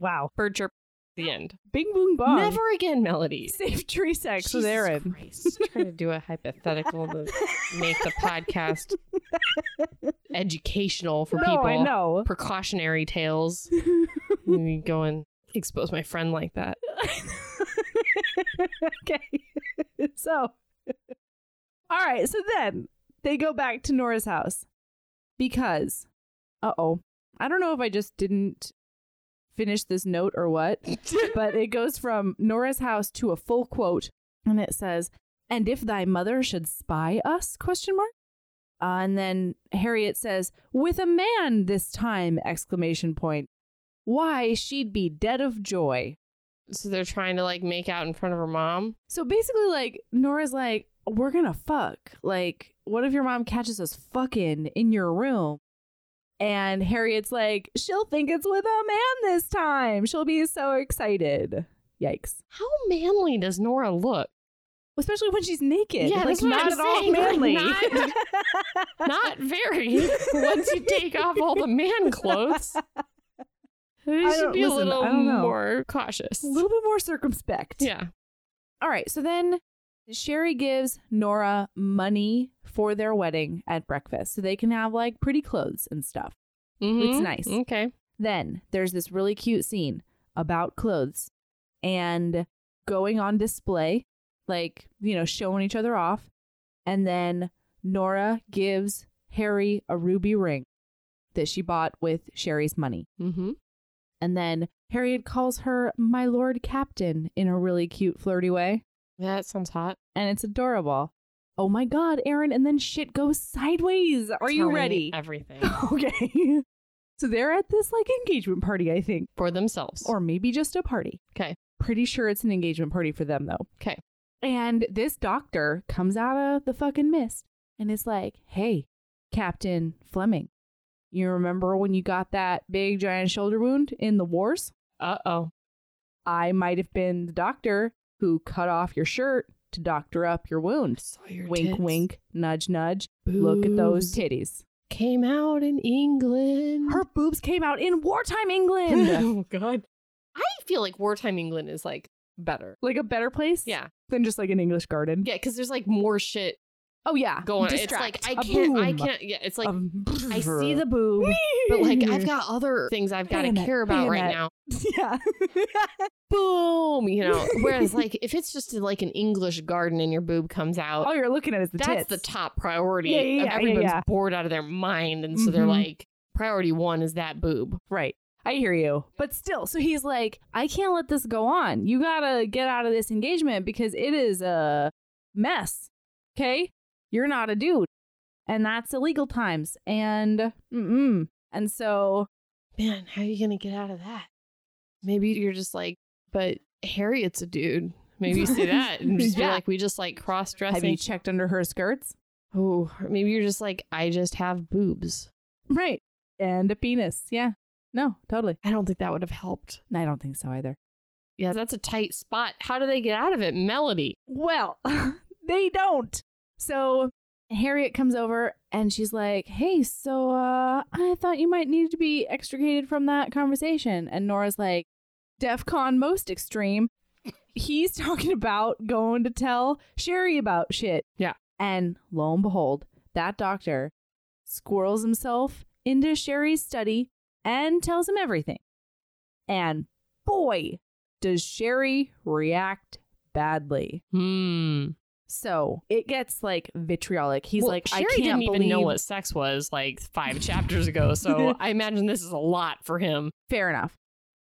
Speaker 1: wow.
Speaker 2: Bird chirp. The end.
Speaker 1: Bing boom bong.
Speaker 2: Never again, melodies.
Speaker 1: safe tree sex
Speaker 2: Jesus
Speaker 1: with Aaron.
Speaker 2: Christ. Trying to do a hypothetical to make the podcast educational for
Speaker 1: no,
Speaker 2: people.
Speaker 1: I know.
Speaker 2: Precautionary tales. You go and expose my friend like that.
Speaker 1: okay. so all right, so then they go back to Nora's house because uh oh. I don't know if I just didn't finish this note or what, but it goes from Nora's house to a full quote and it says, "And if thy mother should spy us?" question mark. Uh, and then Harriet says, "With a man this time!" exclamation point. Why she'd be dead of joy.
Speaker 2: So they're trying to like make out in front of her mom.
Speaker 1: So basically, like Nora's like, we're gonna fuck. Like, what if your mom catches us fucking in your room? And Harriet's like, she'll think it's with a man this time. She'll be so excited. Yikes.
Speaker 2: How manly does Nora look?
Speaker 1: Especially when she's naked.
Speaker 2: Yeah,
Speaker 1: like,
Speaker 2: that's what
Speaker 1: not
Speaker 2: I'm
Speaker 1: at all
Speaker 2: saying, like,
Speaker 1: manly.
Speaker 2: not- Not very. Once you take off all the man clothes, you
Speaker 1: don't-
Speaker 2: should be
Speaker 1: listen,
Speaker 2: a little
Speaker 1: I don't know.
Speaker 2: more cautious.
Speaker 1: a little bit more circumspect.
Speaker 2: yeah.
Speaker 1: All right. So then Sherry gives Nora money for their wedding at breakfast so they can have like pretty clothes and stuff.
Speaker 2: Mhm.
Speaker 1: nice.
Speaker 2: Okay.
Speaker 1: Then there's this really cute scene about clothes and going on display, like, you know, showing each other off. And then Nora gives Harry a ruby ring that she bought with Sherry's money.
Speaker 2: Mm-hmm.
Speaker 1: And then Harriet calls her my lord captain in a really cute, flirty way.
Speaker 2: That sounds hot.
Speaker 1: And it's adorable. Oh my God, Aaron. And then shit goes sideways. Are you
Speaker 2: Tell me
Speaker 1: ready?
Speaker 2: Everything
Speaker 1: okay. So they're at this like engagement party, I think.
Speaker 2: for themselves.
Speaker 1: or maybe just a party.
Speaker 2: 'Kay.
Speaker 1: Pretty sure it's an engagement party for them though.
Speaker 2: 'Kay.
Speaker 1: And this doctor comes out of the fucking mist and is like, "Hey, Captain Fleming, you remember when you got that big giant shoulder wound in the wars?
Speaker 2: uh oh.
Speaker 1: I might have been the doctor who cut off your shirt to doctor up your wound."
Speaker 2: Saw your
Speaker 1: wink,
Speaker 2: tits.
Speaker 1: wink, nudge, nudge. Look at those titties.
Speaker 2: Came out in England.
Speaker 1: Her boobs came out in wartime England.
Speaker 2: oh God. I feel like wartime England is like better.
Speaker 1: like a better place
Speaker 2: Yeah.
Speaker 1: than just like an English garden.
Speaker 2: Yeah, because there's like more shit
Speaker 1: Oh yeah,
Speaker 2: going.
Speaker 1: Distract.
Speaker 2: It's like
Speaker 1: A
Speaker 2: I can't. I
Speaker 1: boom.
Speaker 2: can't. Yeah, it's like
Speaker 1: Um,
Speaker 2: I see the boob, but like I've got other things I've got to
Speaker 1: Bayonet,
Speaker 2: care about right
Speaker 1: bayonet.
Speaker 2: now.
Speaker 1: yeah.
Speaker 2: Boom, you know. Whereas like if it's just like an English garden and your boob comes out,
Speaker 1: All you're looking at is Oh, the
Speaker 2: that's
Speaker 1: tits.
Speaker 2: the top priority.
Speaker 1: Yeah, yeah,
Speaker 2: of
Speaker 1: yeah, yeah,
Speaker 2: Everyone's
Speaker 1: yeah.
Speaker 2: bored out of their mind, and so they're
Speaker 1: Mhm.
Speaker 2: like, priority one is that boob.
Speaker 1: Right. I hear you. But still, so he's like, I can't let this go on. You gotta get out of this engagement because it is a mess. Okay? You're not a dude. And that's illegal times. And mm-mm. And so
Speaker 2: Man, how are you gonna get out of that? Maybe you're just like, but Harriet's a dude. Maybe you say that and just
Speaker 1: Yeah.
Speaker 2: be like, we just like cross
Speaker 1: have you
Speaker 2: dressing.
Speaker 1: checked under her skirts?
Speaker 2: Oh, or maybe you're just like, I just have boobs.
Speaker 1: Right. And a penis. Yeah. No, totally.
Speaker 2: I don't think that would have helped.
Speaker 1: No, I don't think so either.
Speaker 2: Yeah, that's a tight spot. How do they get out of it? Melody.
Speaker 1: Well, they don't. So Harriet comes over and she's like, "Hey, so uh I thought you might need to be extricated from that conversation." And Nora's like, "DefCon most extreme. He's talking about going to tell Sherry about shit."
Speaker 2: Yeah.
Speaker 1: And lo and behold, that doctor squirrels himself into Sherry's study and tells him everything. And boy, does Sherry react badly.
Speaker 2: Hmm.
Speaker 1: So it gets like vitriolic. He's
Speaker 2: Well,
Speaker 1: like,
Speaker 2: Sherry
Speaker 1: I can't
Speaker 2: didn't
Speaker 1: believe.
Speaker 2: even know what sex was like five chapters ago, so I imagine this is a lot for him.
Speaker 1: Fair enough.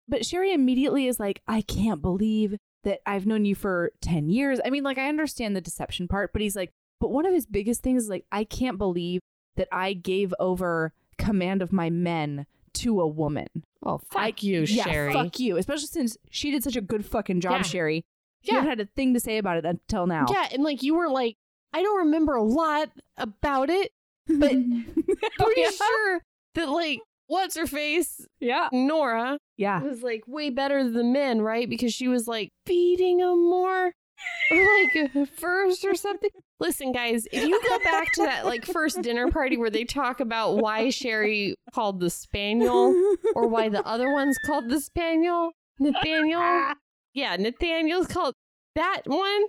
Speaker 1: But Sherry immediately is like, I can't believe that I've known you for 10 years. I mean, like, I understand the deception part, but he's like, but one of his biggest things is like, I can't believe that I gave over command of my men to a woman.
Speaker 2: Oh, fuck you,
Speaker 1: yeah,
Speaker 2: Sherry.
Speaker 1: Fuck you. Especially since she did such a good fucking job,
Speaker 2: Yeah.
Speaker 1: Sherry. You
Speaker 2: Yeah.
Speaker 1: haven't had a thing to say about it until now.
Speaker 2: Yeah, and like you were like, I don't remember a lot about it, but pretty
Speaker 1: yeah.
Speaker 2: sure that like what's her face
Speaker 1: Yeah.
Speaker 2: Nora
Speaker 1: Yeah.
Speaker 2: was like way better than men, right? Because she was like beating him more, or like first or something. Listen, guys, if you go back to that like first dinner party where they talk about why Sherry called the spaniel or why the other one's called the spaniel, Nathaniel. Yeah, Nathaniel's called that one.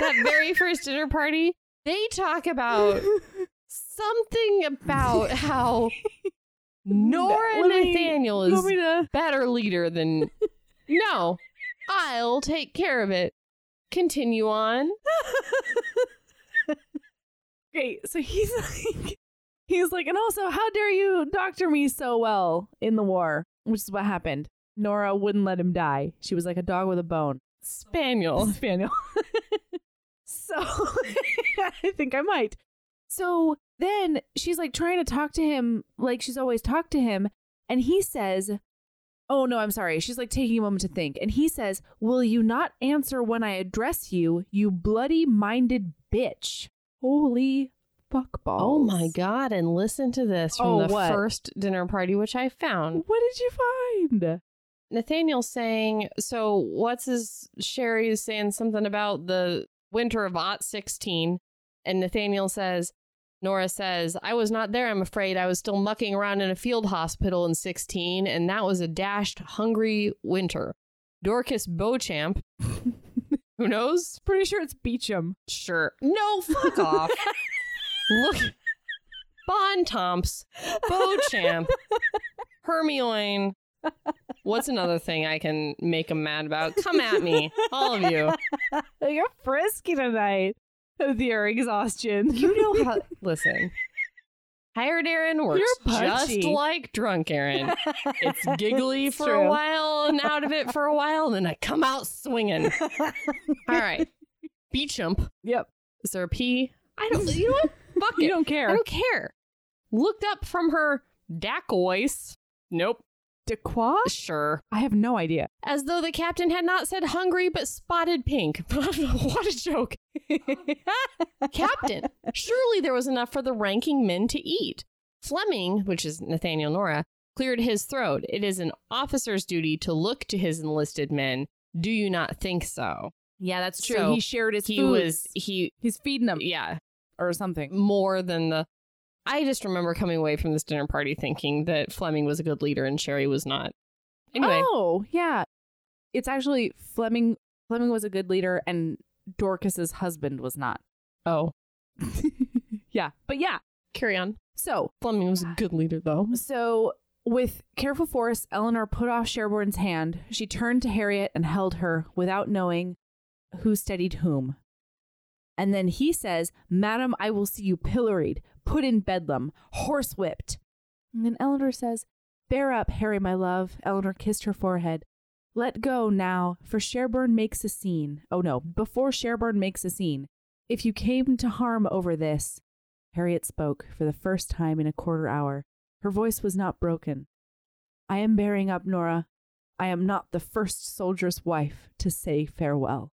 Speaker 2: That very first dinner party. They talk about something about how Nora
Speaker 1: Let me-
Speaker 2: Nathaniel
Speaker 1: You want
Speaker 2: is
Speaker 1: me to-
Speaker 2: better leader than no i'll take care of it continue on
Speaker 1: Great. So he's like, he's like, and also, how dare you doctor me so well in the war? Which is what happened. Nora wouldn't let him die. She was like a dog with a bone.
Speaker 2: spaniel
Speaker 1: Spaniel. so I think I might. So then she's like trying to talk to him like she's always talked to him. And he says, Oh, no, I'm sorry. She's like taking a moment to think. And he says, Will you not answer when I address you, you bloody minded bitch? Holy fuck balls.
Speaker 2: oh my god and listen to this from
Speaker 1: Oh,
Speaker 2: the
Speaker 1: what?
Speaker 2: first dinner party which i found
Speaker 1: What did you find?
Speaker 2: nathaniel saying so what's his sherry is saying something about the winter of aught 16 and nathaniel says Nora says, I was not there, I'm afraid. I was still mucking around in a field hospital in 16, and that was a dashed, hungry winter. Dorcas Beauchamp, who knows?
Speaker 1: Pretty sure it's Beecham.
Speaker 2: Sure. No, fuck off. Look. Bon Tomps, Beauchamp, Hermione. What's another thing I can make them mad about? Come at me, all of you.
Speaker 1: You're frisky tonight with your exhaustion.
Speaker 2: You know how. Listen, hired Aaron works
Speaker 1: You're
Speaker 2: just
Speaker 1: punchy.
Speaker 2: like drunk Aaron. It's giggly
Speaker 1: It's
Speaker 2: for
Speaker 1: true.
Speaker 2: a while and out of it for a while, and then I come out swinging. All right, Beechump.
Speaker 1: Yep.
Speaker 2: Is there a P? I don't. You know what? Fuck
Speaker 1: You
Speaker 2: it.
Speaker 1: don't
Speaker 2: I
Speaker 1: care.
Speaker 2: don't care. Looked up from her dacois. Nope.
Speaker 1: DeQua?
Speaker 2: Sure.
Speaker 1: I have no idea.
Speaker 2: As though the captain had not said hungry but spotted pink. what a joke. captain. Surely there was enough for the ranking men to eat. Fleming, which is Nathaniel Nora, cleared his throat. It is an officer's duty to look to his enlisted men. Do you not think so?
Speaker 1: Yeah, that's
Speaker 2: true.
Speaker 1: he shared his
Speaker 2: he
Speaker 1: food.
Speaker 2: was he
Speaker 1: He's feeding them
Speaker 2: yeah,
Speaker 1: or something.
Speaker 2: more than the I just remember coming away from this dinner party thinking that Fleming was a good leader and Sherry was not. Anyway,
Speaker 1: Oh, yeah. It's actually Fleming.
Speaker 7: Oh.
Speaker 1: Fleming was a good leader, and Dorcas's husband was not.
Speaker 2: oh.
Speaker 1: Yeah. But yeah.
Speaker 2: Carry on.
Speaker 1: So
Speaker 2: Fleming was a good leader, though.
Speaker 1: So, with careful force, Eleanor put off Sherborne's hand. She turned to Harriet and held her without knowing who steadied whom. And then he says, Madam, I will see you pilloried, put in bedlam, horsewhipped. And then Eleanor says, Bear up, Harry, my love. Eleanor kissed her forehead. Let go now, for Sherburne makes a scene. Oh no, before Sherburne makes a scene. If you came to harm over this. Harriet spoke for the first time in a quarter hour. Her voice was not broken. I am bearing up, Nora. I am not the first soldier's wife to say farewell.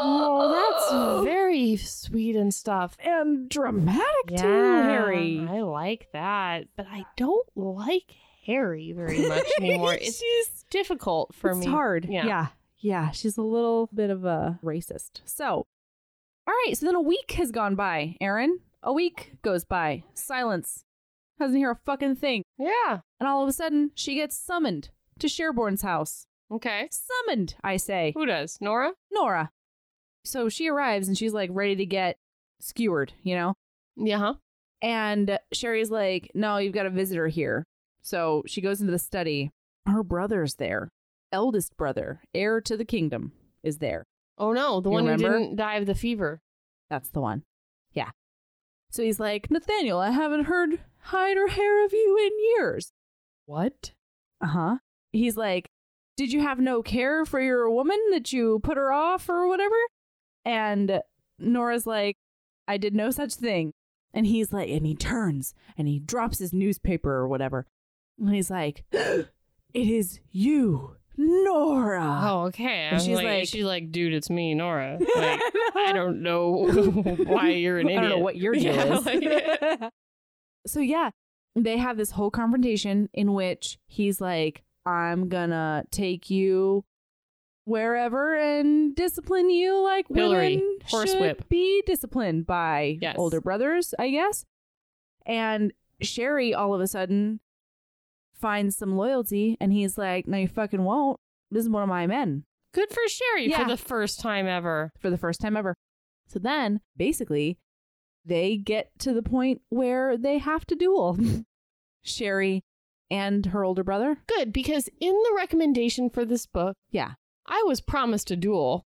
Speaker 7: Oh, that's very sweet and stuff.
Speaker 1: And dramatic
Speaker 7: I like that, but I don't like Harry very
Speaker 2: Much anymore. It's
Speaker 1: She's
Speaker 2: difficult for
Speaker 1: it's
Speaker 2: me.
Speaker 1: hard.
Speaker 2: Yeah.
Speaker 1: Yeah. yeah. She's a little bit of a racist. So all right, so then a week has gone by, Aaron. A week goes by. Silence. Doesn't hear a fucking thing.
Speaker 2: Yeah.
Speaker 1: And all of a sudden, she gets summoned to Sherborne's house.
Speaker 2: Okay.
Speaker 1: Summoned, I say.
Speaker 2: Who does? Nora?
Speaker 1: Nora. So she arrives and she's like ready to get skewered, you know?
Speaker 2: Yeah.
Speaker 7: Uh-huh.
Speaker 2: Huh?
Speaker 1: And Sherry's like, no, you've got a visitor here. So she goes into the study. Her brother's there. Eldest brother, heir to the kingdom, is there.
Speaker 2: Oh no, the
Speaker 1: You
Speaker 2: one
Speaker 1: remember?
Speaker 2: who didn't die of the fever.
Speaker 1: That's the one. Yeah. So he's like, Nathaniel, I haven't heard hide or hair of you in years.
Speaker 2: What?
Speaker 1: Uh huh. He's like, Did you have no care for your woman that you put her off or whatever? And Nora's like, I did no such thing. And he's like, and he turns and he drops his newspaper or whatever. And he's like, It is you, Nora.
Speaker 2: Oh, okay. I was
Speaker 1: she's like-
Speaker 2: she's like, dude, it's me, Nora. Like, I don't know why you're an idiot.
Speaker 1: I don't know what your deal
Speaker 2: Yeah,
Speaker 1: is. so yeah, they have this whole confrontation in which he's like, "I'm gonna take you wherever and discipline you like
Speaker 2: Pillory.
Speaker 1: women should
Speaker 2: Horsewhip.
Speaker 1: be disciplined by
Speaker 2: Yes.
Speaker 1: older brothers, I guess." And Sherry all of a sudden finds some loyalty, and he's like, "No, you fucking won't. This is one of my men."
Speaker 2: Good for Sherry
Speaker 1: Yeah.
Speaker 2: for the first time ever.
Speaker 1: for the first time ever. So then, basically, they get to the point where they have to duel. Sherry and her older brother.
Speaker 2: Good, because in the recommendation for this book,
Speaker 1: Yeah.
Speaker 2: I was promised a duel.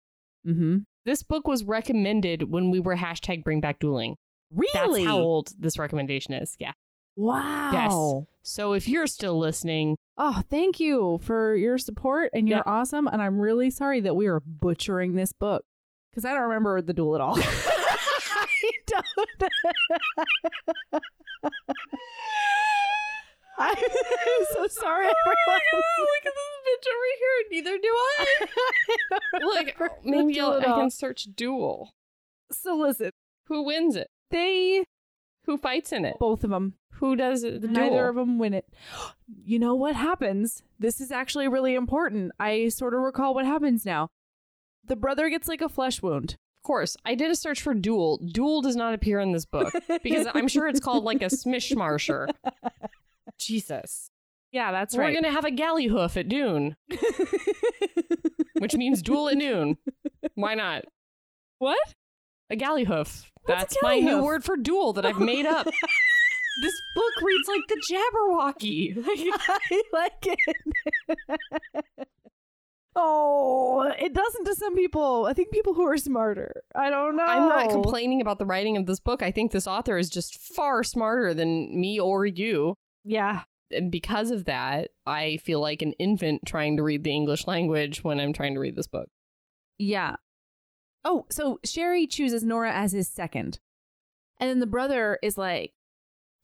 Speaker 1: Mm-hmm.
Speaker 2: This book was recommended when we were hashtag bring back dueling.
Speaker 1: Really?
Speaker 2: That's how old this recommendation is. Yeah.
Speaker 1: wow.
Speaker 2: So if you're still listening,
Speaker 1: Oh, thank you for your support and you're
Speaker 2: Yeah.
Speaker 1: awesome. And I'm really sorry that we are butchering this book because I don't remember the duel at all. I don't. I'm
Speaker 2: Oh
Speaker 1: so sorry, everyone.
Speaker 9: Look at this bitch over here. Neither do I.
Speaker 2: look, maybe I'll, I can search duel.
Speaker 1: So listen,
Speaker 2: Who wins it?
Speaker 1: they
Speaker 2: Who fights in it?
Speaker 1: both of them
Speaker 2: Who does it? The
Speaker 1: neither
Speaker 2: duel?
Speaker 1: of them win it. You know what happens? This is actually really important. I sort of recall what happens now. The brother gets like a flesh wound.
Speaker 2: Of course, I did a search for duel. Duel does not appear in this book because I'm sure it's called like a smishmarsher. Jesus.
Speaker 1: Yeah, that's
Speaker 2: We're going to have a galley hoof at noon, which means duel at noon. Why not?
Speaker 1: What?
Speaker 2: A galley hoof.
Speaker 1: What's a
Speaker 2: That's my
Speaker 1: galley
Speaker 2: new
Speaker 1: hoof?
Speaker 2: word for duel that I've made up. this book reads like the Jabberwocky.
Speaker 1: I like it. oh, it doesn't to some people. I think people who are smarter. I don't know.
Speaker 2: I'm not complaining about the writing of this book. I think this author is just far smarter than me or you.
Speaker 1: Yeah.
Speaker 2: and because of that, I feel like an infant trying to read the English language when I'm trying to read this book.
Speaker 1: Yeah. Oh, so Sherry chooses Nora as his second. And then the brother is like,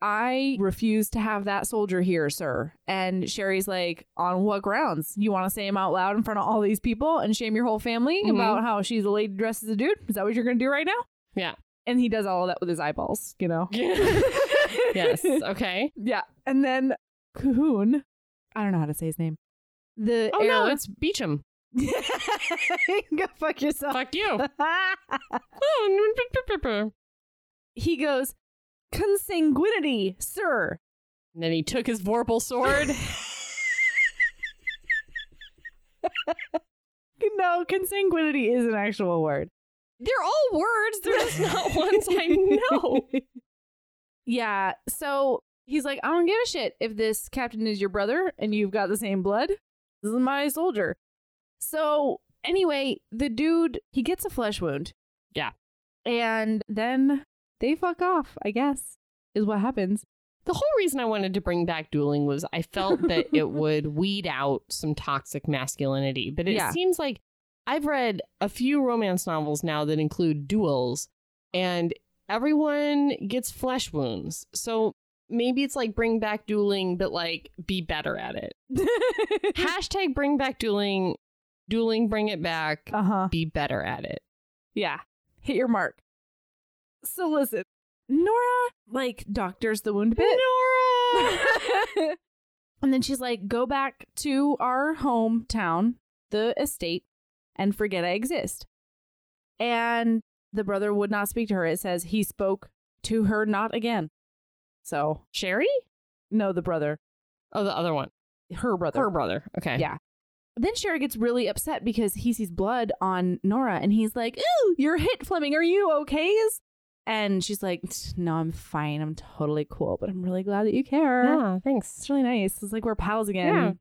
Speaker 1: I refuse to have that soldier here, sir. And Sherry's like, On what grounds? You want to say him out loud in front of all these people and shame your whole family
Speaker 2: Mhm.
Speaker 1: about how she's a lady dressed as a dude? Is that what you're going to do right now?
Speaker 2: Yeah.
Speaker 1: And he does all of that with his eyeballs, you know?
Speaker 2: yes. Okay.
Speaker 1: Yeah. And then Cahoon, I don't know how to say his name. The
Speaker 2: Oh no,
Speaker 1: heir-
Speaker 2: it's Beecham.
Speaker 1: Go fuck yourself.
Speaker 2: Fuck you. and
Speaker 1: he goes, consanguinity, sir.
Speaker 2: then he took his vorpal sword.
Speaker 1: No, consanguinity is an actual word.
Speaker 9: They're all words. They're just not ones I know.
Speaker 1: Yeah. So he's like, I don't give a shit if this captain is your brother and you've got the same blood. This is my soldier. So anyway, the dude, he gets a flesh wound.
Speaker 2: Yeah.
Speaker 1: And then they fuck off, I guess, is what happens.
Speaker 2: The whole reason I wanted to bring back dueling was I felt that it would weed out some toxic masculinity. But it
Speaker 1: Yeah.
Speaker 2: seems like I've read a few romance novels now that include duels, and everyone gets flesh wounds. So maybe it's like bring back dueling, but like be better at it. Hashtag bring back dueling, dueling, bring it back,
Speaker 1: Uh huh.
Speaker 2: be better at it.
Speaker 1: Yeah. Hit your mark. So listen, Nora like doctors the wound a bit. Nora. and then she's like, "Go back to our hometown, the estate, and forget I exist." And the brother would not speak to her. It says he spoke to her not again. So
Speaker 2: Sherry?
Speaker 1: no, the brother,
Speaker 2: Oh, the other one.
Speaker 1: her brother.
Speaker 2: Her brother. Okay.
Speaker 1: Yeah. Then Sherry gets really upset because he sees blood on Nora and he's like, Ooh, you're hit, Fleming. Are you okay? And she's like, No, I'm fine. I'm totally cool, but I'm really glad that you care.
Speaker 2: Yeah, thanks.
Speaker 1: It's really nice. It's like we're pals again.
Speaker 2: Yeah.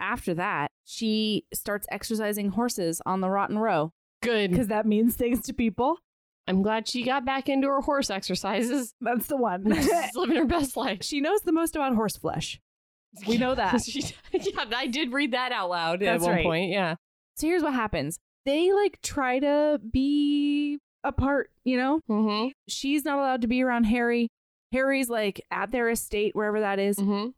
Speaker 1: After that, she starts exercising horses on the Rotten Row
Speaker 2: Good.
Speaker 1: because that means things to people.
Speaker 2: I'm glad she got back into her horse exercises.
Speaker 1: That's the one.
Speaker 2: She's living her best life.
Speaker 1: she knows the most about horse flesh. We know that.
Speaker 2: She- yeah, I did read that out loud
Speaker 1: That's
Speaker 2: at one
Speaker 1: right.
Speaker 2: point. Yeah.
Speaker 1: So here's what happens they like try to be apart, you know?
Speaker 2: Mm-hmm.
Speaker 1: she's not allowed to be around Harry. Harry's like at their estate, wherever that is.
Speaker 2: Mm-hmm.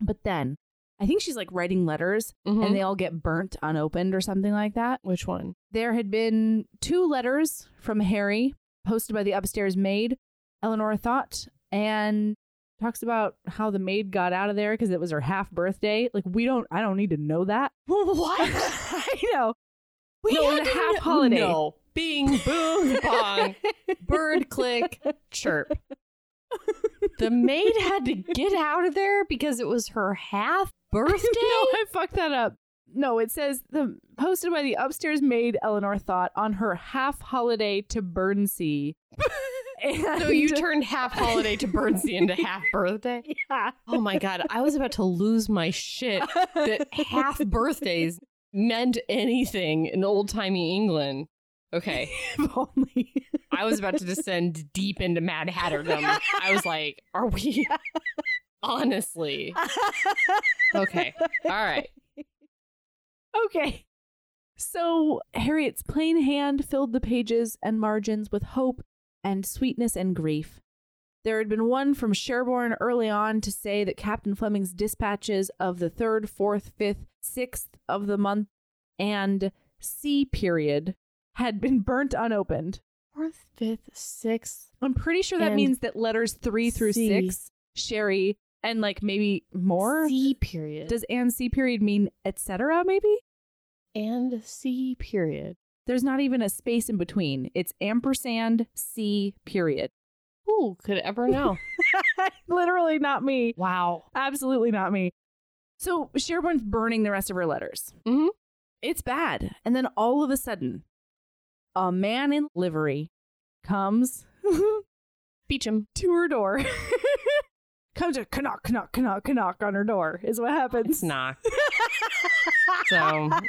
Speaker 1: But then I think she's like writing letters
Speaker 2: Mm.
Speaker 1: and they all get burnt unopened or something like that.
Speaker 2: Which one?
Speaker 1: There had been two letters from Harry posted by the upstairs maid, Eleanor thought, and talks about how the maid got out of there because it was her half birthday. Like, we don't, I don't need to know that. What? I know. We no, it was a half holiday.
Speaker 2: No. Bing, boom, bong, bird, click, chirp. The maid had to get out of there because it was her half birthday.
Speaker 1: No, I fucked that up. No, it says the posted by the upstairs maid Eleanor thought on her half holiday to Bernsey. and
Speaker 2: So you turned half holiday to Birdsey into half birthday? Yeah. Oh my God. I was about to lose my shit that half birthdays meant anything in old timey England. Okay.
Speaker 1: if only
Speaker 2: I was about to descend deep into Mad Hatterdom. I was like, are we honestly? Okay. All right.
Speaker 1: okay. So Harriet's plain hand filled the pages and margins with hope and sweetness and grief. There had been one from Sherborne early on to say that Captain Fleming's dispatches of the third, fourth, fifth, sixth of the month and C period had been burnt unopened.
Speaker 2: Fourth, fifth, sixth.
Speaker 1: I'm pretty sure that
Speaker 2: And
Speaker 1: means that letters three through
Speaker 2: C.
Speaker 1: six, Sherry, and like maybe more.
Speaker 2: C period.
Speaker 1: Does and C period mean etc. maybe?
Speaker 2: and C period.
Speaker 1: There's not even a space in between. It's ampersand C period.
Speaker 2: Who could ever know?
Speaker 1: Literally not me.
Speaker 2: wow.
Speaker 1: Absolutely not me. So Sherborne's burning the rest of her letters.
Speaker 2: Mhm.
Speaker 1: It's bad. And then all of a sudden, a man in livery comes
Speaker 2: Beach him.
Speaker 1: to her door. comes to knock, knock, knock, knock on her door is what happens.
Speaker 2: It's knock. so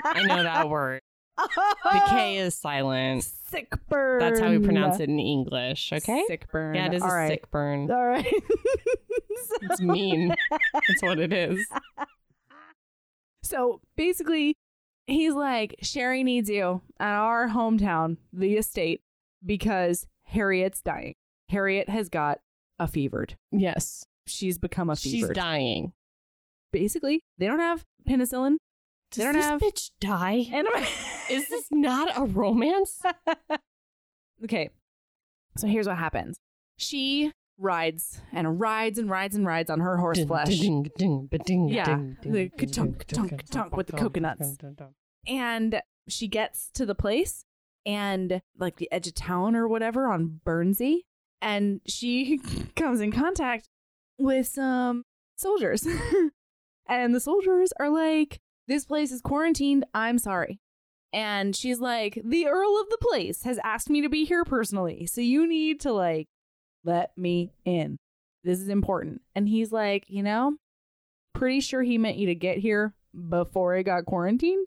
Speaker 2: I know that word. The K is silent.
Speaker 1: Sick burn.
Speaker 2: That's how we pronounce it in English. Okay.
Speaker 1: Sick burn.
Speaker 2: Yeah, it is
Speaker 1: All
Speaker 2: a
Speaker 1: right.
Speaker 2: sick burn.
Speaker 1: All right. So-
Speaker 2: Mm-hmm. It's mean. That's what it is.
Speaker 1: So basically, he's like, Sherry needs you at our hometown, the estate, because Harriet's dying. Harriet has got a fevered.
Speaker 2: Yes.
Speaker 1: She's become a
Speaker 2: She's
Speaker 1: fevered.
Speaker 2: dying.
Speaker 1: basically, they don't have penicillin. They don't
Speaker 2: this
Speaker 1: have-
Speaker 2: bitch die?
Speaker 1: And
Speaker 2: Is this not a romance?
Speaker 1: okay. So here's what happens. She rides and rides and rides and rides on her horse flesh. Yeah,
Speaker 2: Yeah.
Speaker 1: the ka-tunk, tunk, tunk with the coconuts. and she gets to the place and like the edge of town or whatever on Bernsey and she comes in contact with some soldiers and the soldiers are like this place is quarantined i'm sorry And she's like, the Earl of the place has asked me to be here personally. So you need to like, let me in. This is important. And he's like, you know, pretty sure he meant you to get here before I got quarantined.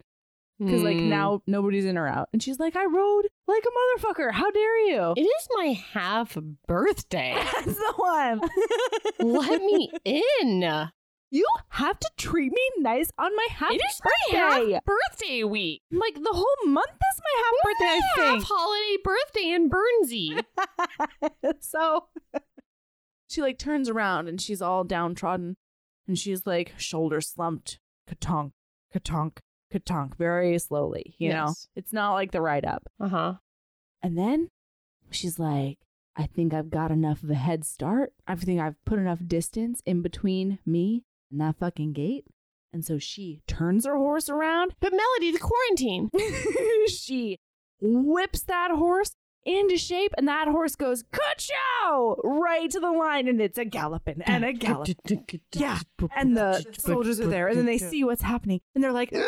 Speaker 1: Because like
Speaker 2: Hmm.
Speaker 1: now nobody's in or out. And she's like, I rode like a motherfucker. How dare you?
Speaker 2: It is my half birthday.
Speaker 1: That's the one.
Speaker 2: Let me in. It
Speaker 1: You have to treat me nice on my half
Speaker 2: is my
Speaker 1: birthday.
Speaker 2: half birthday week.
Speaker 1: like the whole month is my half birthday, I
Speaker 2: Half
Speaker 1: think.
Speaker 2: holiday birthday in Bernsey.
Speaker 1: so she like turns around and she's all downtrodden and she's like shoulder slumped katonk katonk katonk very slowly you know
Speaker 2: Yes.
Speaker 1: it's not like the ride up
Speaker 2: Uh huh.
Speaker 1: and then she's like i think i've got enough of a head start i think i've put enough distance in between me and that fucking gate and so she turns her horse around
Speaker 9: But Melody, the quarantine.
Speaker 1: she whips that horse into shape, and that horse goes ka-chow right to the line, and it's a galloping and a gallop. Yeah, and the soldiers are there, and then they see what's happening, and they're like, "We need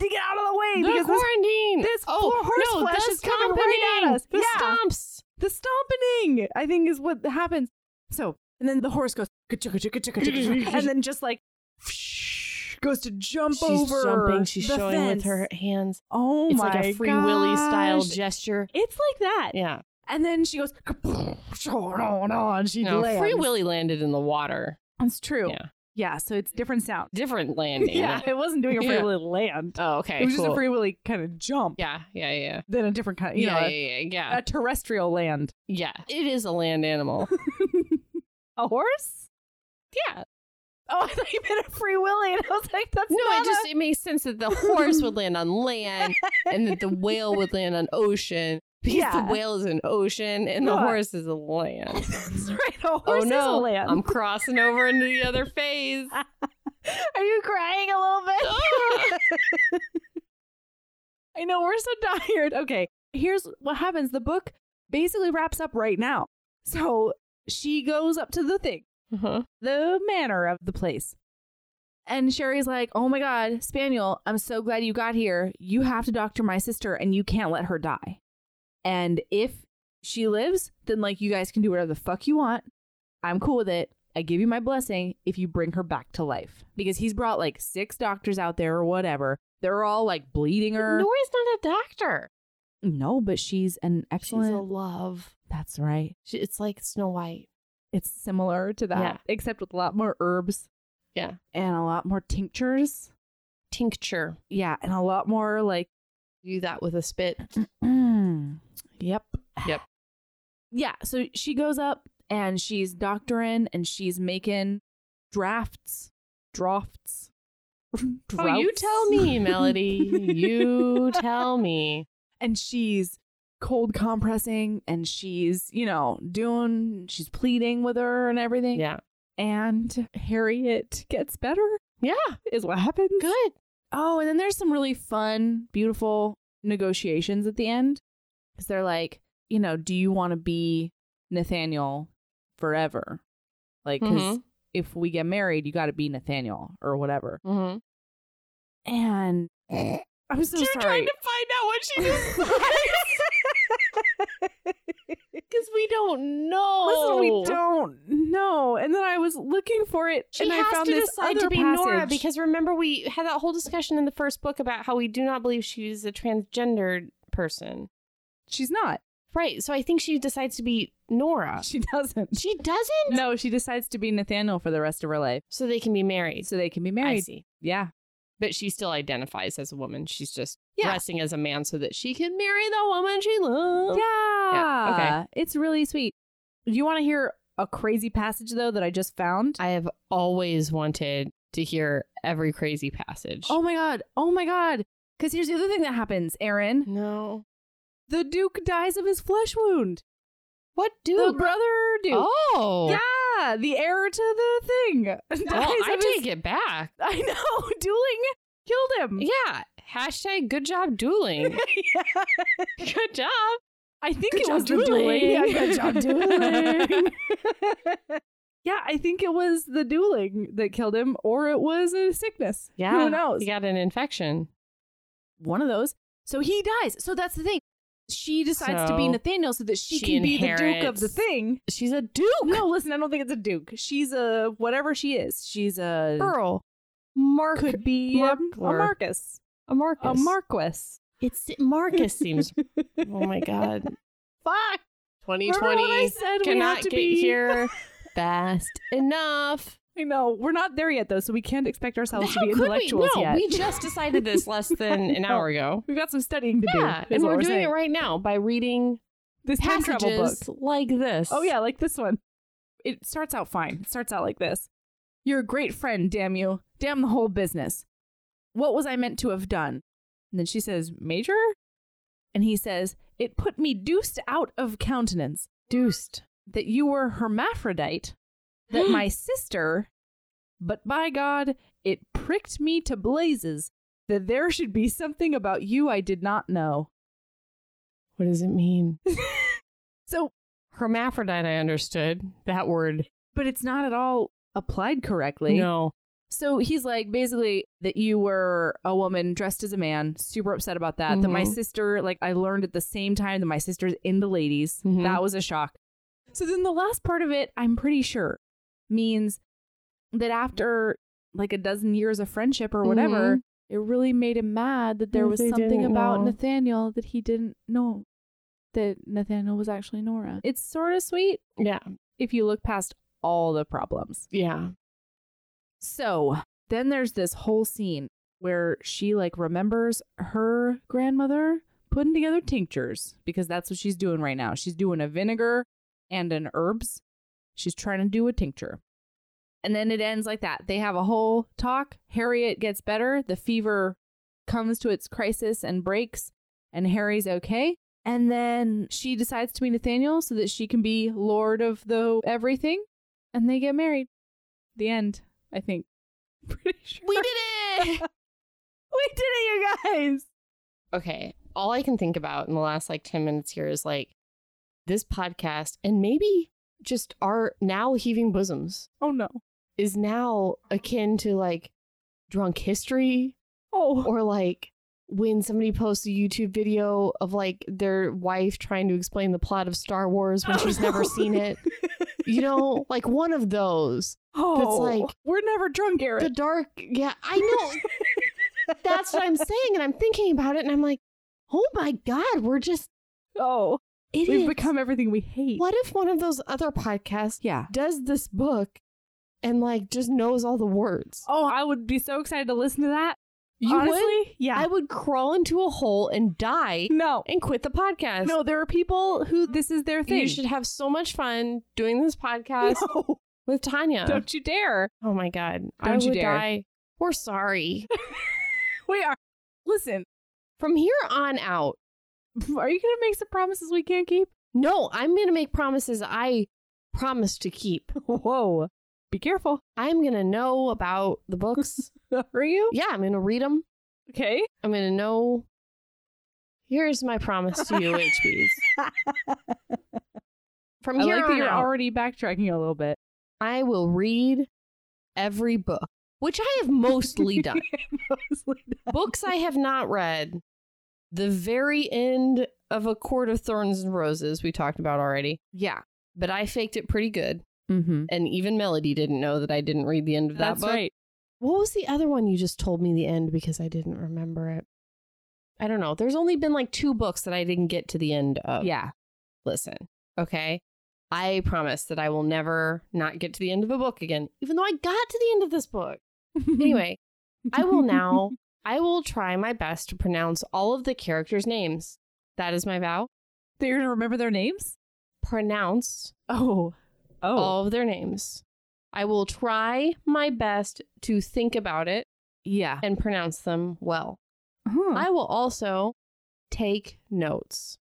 Speaker 1: to get out of the way
Speaker 2: The
Speaker 1: because this,
Speaker 2: quarantine.
Speaker 1: this
Speaker 2: oh,
Speaker 1: horse
Speaker 2: no,
Speaker 1: flesh
Speaker 2: the
Speaker 1: is coming right at
Speaker 2: stomping.
Speaker 1: us."
Speaker 2: The
Speaker 1: yeah,
Speaker 2: stomps.
Speaker 1: the stomping, I think, is what happens. So, and then the horse goes ka-chow, ka-chow, ka-chow, ka-chow, ka-chow, and then just like goes to jump
Speaker 9: She's
Speaker 1: over.
Speaker 9: jumping. She's
Speaker 1: the
Speaker 9: showing
Speaker 1: fence.
Speaker 9: with her hands.
Speaker 1: Oh
Speaker 2: it's
Speaker 1: my
Speaker 2: like a free willy style
Speaker 1: gosh.
Speaker 2: gesture.
Speaker 1: It's like that.
Speaker 2: Yeah.
Speaker 1: And then she goes, and she
Speaker 2: No,
Speaker 1: lands.
Speaker 2: Free Willy landed in the water.
Speaker 1: It's true.
Speaker 2: Yeah.
Speaker 1: Yeah, so it's different sound.
Speaker 2: Different landing.
Speaker 1: Yeah, it wasn't doing a free
Speaker 2: Yeah.
Speaker 1: willy land.
Speaker 2: Oh, okay.
Speaker 1: it was just
Speaker 2: cool.
Speaker 1: a free willy kind of jump.
Speaker 2: Yeah, yeah, yeah.
Speaker 1: Then a different kind, you
Speaker 2: yeah,
Speaker 1: know,
Speaker 2: yeah,
Speaker 1: a,
Speaker 2: yeah, yeah,
Speaker 1: a terrestrial land.
Speaker 2: yeah. It is a land animal.
Speaker 1: A horse?
Speaker 2: yeah.
Speaker 1: Oh, I thought you meant a free willy, and I was like, that's
Speaker 2: No,
Speaker 1: not
Speaker 2: it just it makes sense that the horse would land on land and that the whale would land on ocean because
Speaker 1: Yeah.
Speaker 2: the whale is an ocean and the
Speaker 1: Yeah.
Speaker 2: horse is a land.
Speaker 1: a, that's right. A horse
Speaker 2: oh
Speaker 1: is a
Speaker 2: no,
Speaker 1: land.
Speaker 2: I'm crossing over into the other phase.
Speaker 1: Are you crying a little bit?
Speaker 2: Ah!
Speaker 1: I know we're so tired. Okay, here's what happens. The book basically wraps up right now. So she goes up to the thing,
Speaker 2: Uh-huh.
Speaker 1: the manor of the place. And Sherry's like, "Oh my god, Spaniel, I'm so glad you got here. You have to doctor my sister and you can't let her die. And if she lives, then like you guys can do whatever the fuck you want. I'm cool with it. I give you my blessing if you bring her back to life." Because he's brought like six doctors out there or whatever. They're all like bleeding her.
Speaker 9: Nora's not a doctor.
Speaker 1: No, but she's an excellent.
Speaker 9: She's a love.
Speaker 1: That's right.
Speaker 9: She, it's like Snow White.
Speaker 1: It's similar to that,
Speaker 2: Yeah.
Speaker 1: except with a lot more herbs.
Speaker 2: Yeah.
Speaker 1: And a lot more tinctures.
Speaker 2: Tincture.
Speaker 1: Yeah. And a lot more like,
Speaker 2: Do that with a spit.
Speaker 1: yep.
Speaker 2: Mm. Yep.
Speaker 1: Yeah. So she goes up and she's doctoring and she's making drafts, drafts.
Speaker 2: Oh, you
Speaker 1: droughts.
Speaker 2: tell me, Melody. you tell me.
Speaker 1: and she's cold compressing and she's, you know, doing, she's pleading with her and everything.
Speaker 2: Yeah.
Speaker 1: and Harriet gets better.
Speaker 2: Yeah.
Speaker 1: Is what happens.
Speaker 2: Good.
Speaker 1: Oh, and then there's some really fun, beautiful negotiations at the end. Because they're like, you know, do you want to be Nathaniel forever? Like,
Speaker 9: Mm-hmm.
Speaker 1: because
Speaker 2: Mhm.
Speaker 1: if we get married, you got to be Nathaniel or whatever.
Speaker 2: Mm-hmm.
Speaker 1: And I'm so
Speaker 2: You're
Speaker 1: sorry.
Speaker 2: trying to find out what she just Because we don't know.
Speaker 1: Listen, we don't know. And then I was looking for it,
Speaker 9: She
Speaker 1: and
Speaker 9: has
Speaker 1: I found
Speaker 9: to
Speaker 1: this
Speaker 9: decide
Speaker 1: other
Speaker 9: to be
Speaker 1: passage.
Speaker 9: Nora because remember we had that whole discussion in the first book about how we do not believe she was a transgendered person.
Speaker 1: she's not.
Speaker 9: Right. So I think she decides to be Nora.
Speaker 1: She doesn't.
Speaker 9: She doesn't.
Speaker 1: No, she decides to be Nathaniel for the rest of her life
Speaker 9: So they can be married.
Speaker 1: so they can be
Speaker 9: I
Speaker 1: married.
Speaker 9: see.
Speaker 1: Yeah.
Speaker 2: But she still identifies as a woman. She's just
Speaker 1: Yeah.
Speaker 2: dressing as a man so that she can marry the woman she loves.
Speaker 1: yeah.
Speaker 2: Yeah,
Speaker 1: It's really sweet. Do you want to hear a crazy passage, though, that I just found?
Speaker 2: I have always wanted to hear every crazy passage.
Speaker 1: oh my God. Oh my God. Because here's the other thing that happens,
Speaker 2: Hmm.
Speaker 1: Aaron.
Speaker 9: No.
Speaker 1: The Duke dies of his flesh wound.
Speaker 2: what
Speaker 1: The
Speaker 2: do?
Speaker 1: brother Duke.
Speaker 2: Oh.
Speaker 1: Yeah. The heir to the thing. dies
Speaker 2: Well, I
Speaker 1: of his-
Speaker 2: take it back.
Speaker 1: I know. Dueling killed him.
Speaker 2: Yeah. Hashtag good job dueling.
Speaker 1: Yeah.
Speaker 2: good job.
Speaker 1: I think
Speaker 2: Good
Speaker 1: it
Speaker 2: job
Speaker 1: was the
Speaker 2: dueling.
Speaker 1: dueling. Yeah, good job dueling. yeah, I think it was the dueling that killed him, or it was a sickness.
Speaker 2: Yeah.
Speaker 1: Who knows?
Speaker 2: He got an infection.
Speaker 1: One of those. So he dies. So that's the thing. She decides to be
Speaker 2: So
Speaker 1: Nathaniel so that she,
Speaker 2: she
Speaker 1: can be the Duke of the
Speaker 2: inherits-
Speaker 1: thing.
Speaker 2: She's a duke.
Speaker 1: No, listen, I don't think it's a Duke. She's a whatever she is. She's a
Speaker 7: Earl, Mark,
Speaker 1: could be a, a
Speaker 7: Markler.
Speaker 1: Marcus,
Speaker 7: a Marcus.
Speaker 1: a Marquis.
Speaker 2: It's Marcus seems.
Speaker 9: Oh my god.
Speaker 1: Fuck. Remember when I
Speaker 2: 2020
Speaker 1: said we
Speaker 2: cannot
Speaker 1: had to
Speaker 2: get
Speaker 1: be
Speaker 2: here fast enough.
Speaker 1: I know we're not there yet though, so we can't expect ourselves to be
Speaker 2: could we?
Speaker 1: intellectuals
Speaker 2: No,
Speaker 1: yet.
Speaker 2: we just decided this less than an hour ago.
Speaker 1: We've got some studying to do.
Speaker 2: Yeah,
Speaker 1: is
Speaker 2: and
Speaker 1: what
Speaker 2: we're
Speaker 1: we're
Speaker 2: doing
Speaker 1: saying.
Speaker 2: it right now by reading
Speaker 1: This time travel book.
Speaker 2: passages like this.
Speaker 1: Oh yeah, like this one. It starts out fine. It starts out like this. You're a great friend, damn you. Damn the whole business. What was I meant to have done? And then she says, Major? And he says, It put me deuced out of countenance. Deuced. That you were hermaphrodite, that my sister, but by God, it pricked me to blazes that there should be something about you I did not know.
Speaker 2: What does it mean?
Speaker 1: So
Speaker 2: Hermaphrodite, I understood that word.
Speaker 1: but it's not at all applied correctly.
Speaker 2: No.
Speaker 1: So he's like, basically, that you were a woman dressed as a man, super upset about that. That my
Speaker 2: Mhm.
Speaker 1: sister, like, I learned at the same time that my sister's into ladies.
Speaker 2: Mhm.
Speaker 1: That was a shock. So then the last part of it, I'm pretty sure, means that after like a dozen years of friendship or whatever, it really made him mad that there
Speaker 2: That
Speaker 1: was
Speaker 2: they
Speaker 1: something
Speaker 2: didn't
Speaker 1: about
Speaker 2: know.
Speaker 1: Nathaniel that he didn't know that Nathaniel was actually Nora. It's sort of sweet
Speaker 2: Yeah.
Speaker 1: if you look past all the problems.
Speaker 2: Yeah.
Speaker 1: So then there's this whole scene where she like remembers her grandmother putting together tinctures because that's what she's doing right now. She's doing a vinegar and an herbs. She's trying to do a tincture. And then it ends like that. They have a whole talk. Harriet gets better. The fever comes to its crisis and breaks, and Harry's okay. And then she decides to be Nathaniel so that she can be lord of the everything, and they get married. The end. I think. Pretty sure.
Speaker 2: We did it.
Speaker 1: We did it, you guys.
Speaker 2: okay. All I can think about in the last like 10 minutes here is like this podcast and maybe just our now heaving bosoms
Speaker 1: Oh no.
Speaker 2: is now akin to like drunk history
Speaker 1: Oh.
Speaker 2: or like when somebody posts a YouTube video of like their wife trying to explain the plot of Star Wars when she's never seen it. You know, like one of those.
Speaker 1: Oh.
Speaker 2: like-
Speaker 1: we're never drunk, Eric.
Speaker 2: The dark, yeah, I know. That's what I'm saying and I'm thinking about it and I'm like, "Oh my god, we're just
Speaker 1: oh.
Speaker 2: idiots.
Speaker 1: We've become everything we hate.
Speaker 2: What if one of those other podcasts
Speaker 1: Yeah.
Speaker 2: does this book and like just knows all the words?
Speaker 1: Oh, I would be so excited to listen to that.
Speaker 2: You would?
Speaker 1: Honestly, yeah.
Speaker 2: I would crawl into a hole and die
Speaker 1: no.
Speaker 2: and quit the podcast.
Speaker 1: No, there are people who this is their thing.
Speaker 2: You should have so much fun doing this podcast
Speaker 1: No.
Speaker 2: with Tanya.
Speaker 1: Don't you dare.
Speaker 2: oh my god. I
Speaker 1: Don't
Speaker 2: would
Speaker 1: you dare.
Speaker 2: die. We're sorry.
Speaker 1: We are. Listen,
Speaker 2: From here on out,
Speaker 1: are you going to make some promises we can't keep?
Speaker 2: no, I'm gonna make promises I promise to keep.
Speaker 1: Whoa. Be careful.
Speaker 2: I'm gonna know about the books.
Speaker 1: Are you?
Speaker 2: yeah, I'm gonna read them.
Speaker 1: Okay.
Speaker 2: I'm gonna know. Here's my promise to you, HBs. From
Speaker 1: I
Speaker 2: here
Speaker 1: like that
Speaker 2: on
Speaker 1: you're
Speaker 2: out,
Speaker 1: already backtracking a little bit.
Speaker 2: I will read every book, which I have mostly done.
Speaker 1: Mostly that.
Speaker 2: Books I have not read. The very end of A Court of Thorns and Roses, we talked about already,
Speaker 1: Yeah.
Speaker 2: but I faked it pretty good.
Speaker 1: Mm-hmm.
Speaker 2: And even Melody didn't know that I didn't read the end of that
Speaker 1: That's
Speaker 2: book.
Speaker 1: right.
Speaker 2: What was the other one you just told me the end because I didn't remember it? I don't know. There's only been like two books that I didn't get to the end of.
Speaker 1: Yeah.
Speaker 2: Listen, okay? I promise that I will never not get to the end of a book again, even though I got to the end of this book. Anyway, I will now, I will try my best to pronounce all of the characters' names. That is my vow.
Speaker 1: They're going to remember their names?
Speaker 2: Pronounce
Speaker 1: Oh. Oh.
Speaker 2: all of their names. I will try my best to think about it
Speaker 1: yeah.
Speaker 2: and pronounce them well.
Speaker 9: Hmm.
Speaker 1: Huh.
Speaker 2: I will also take notes.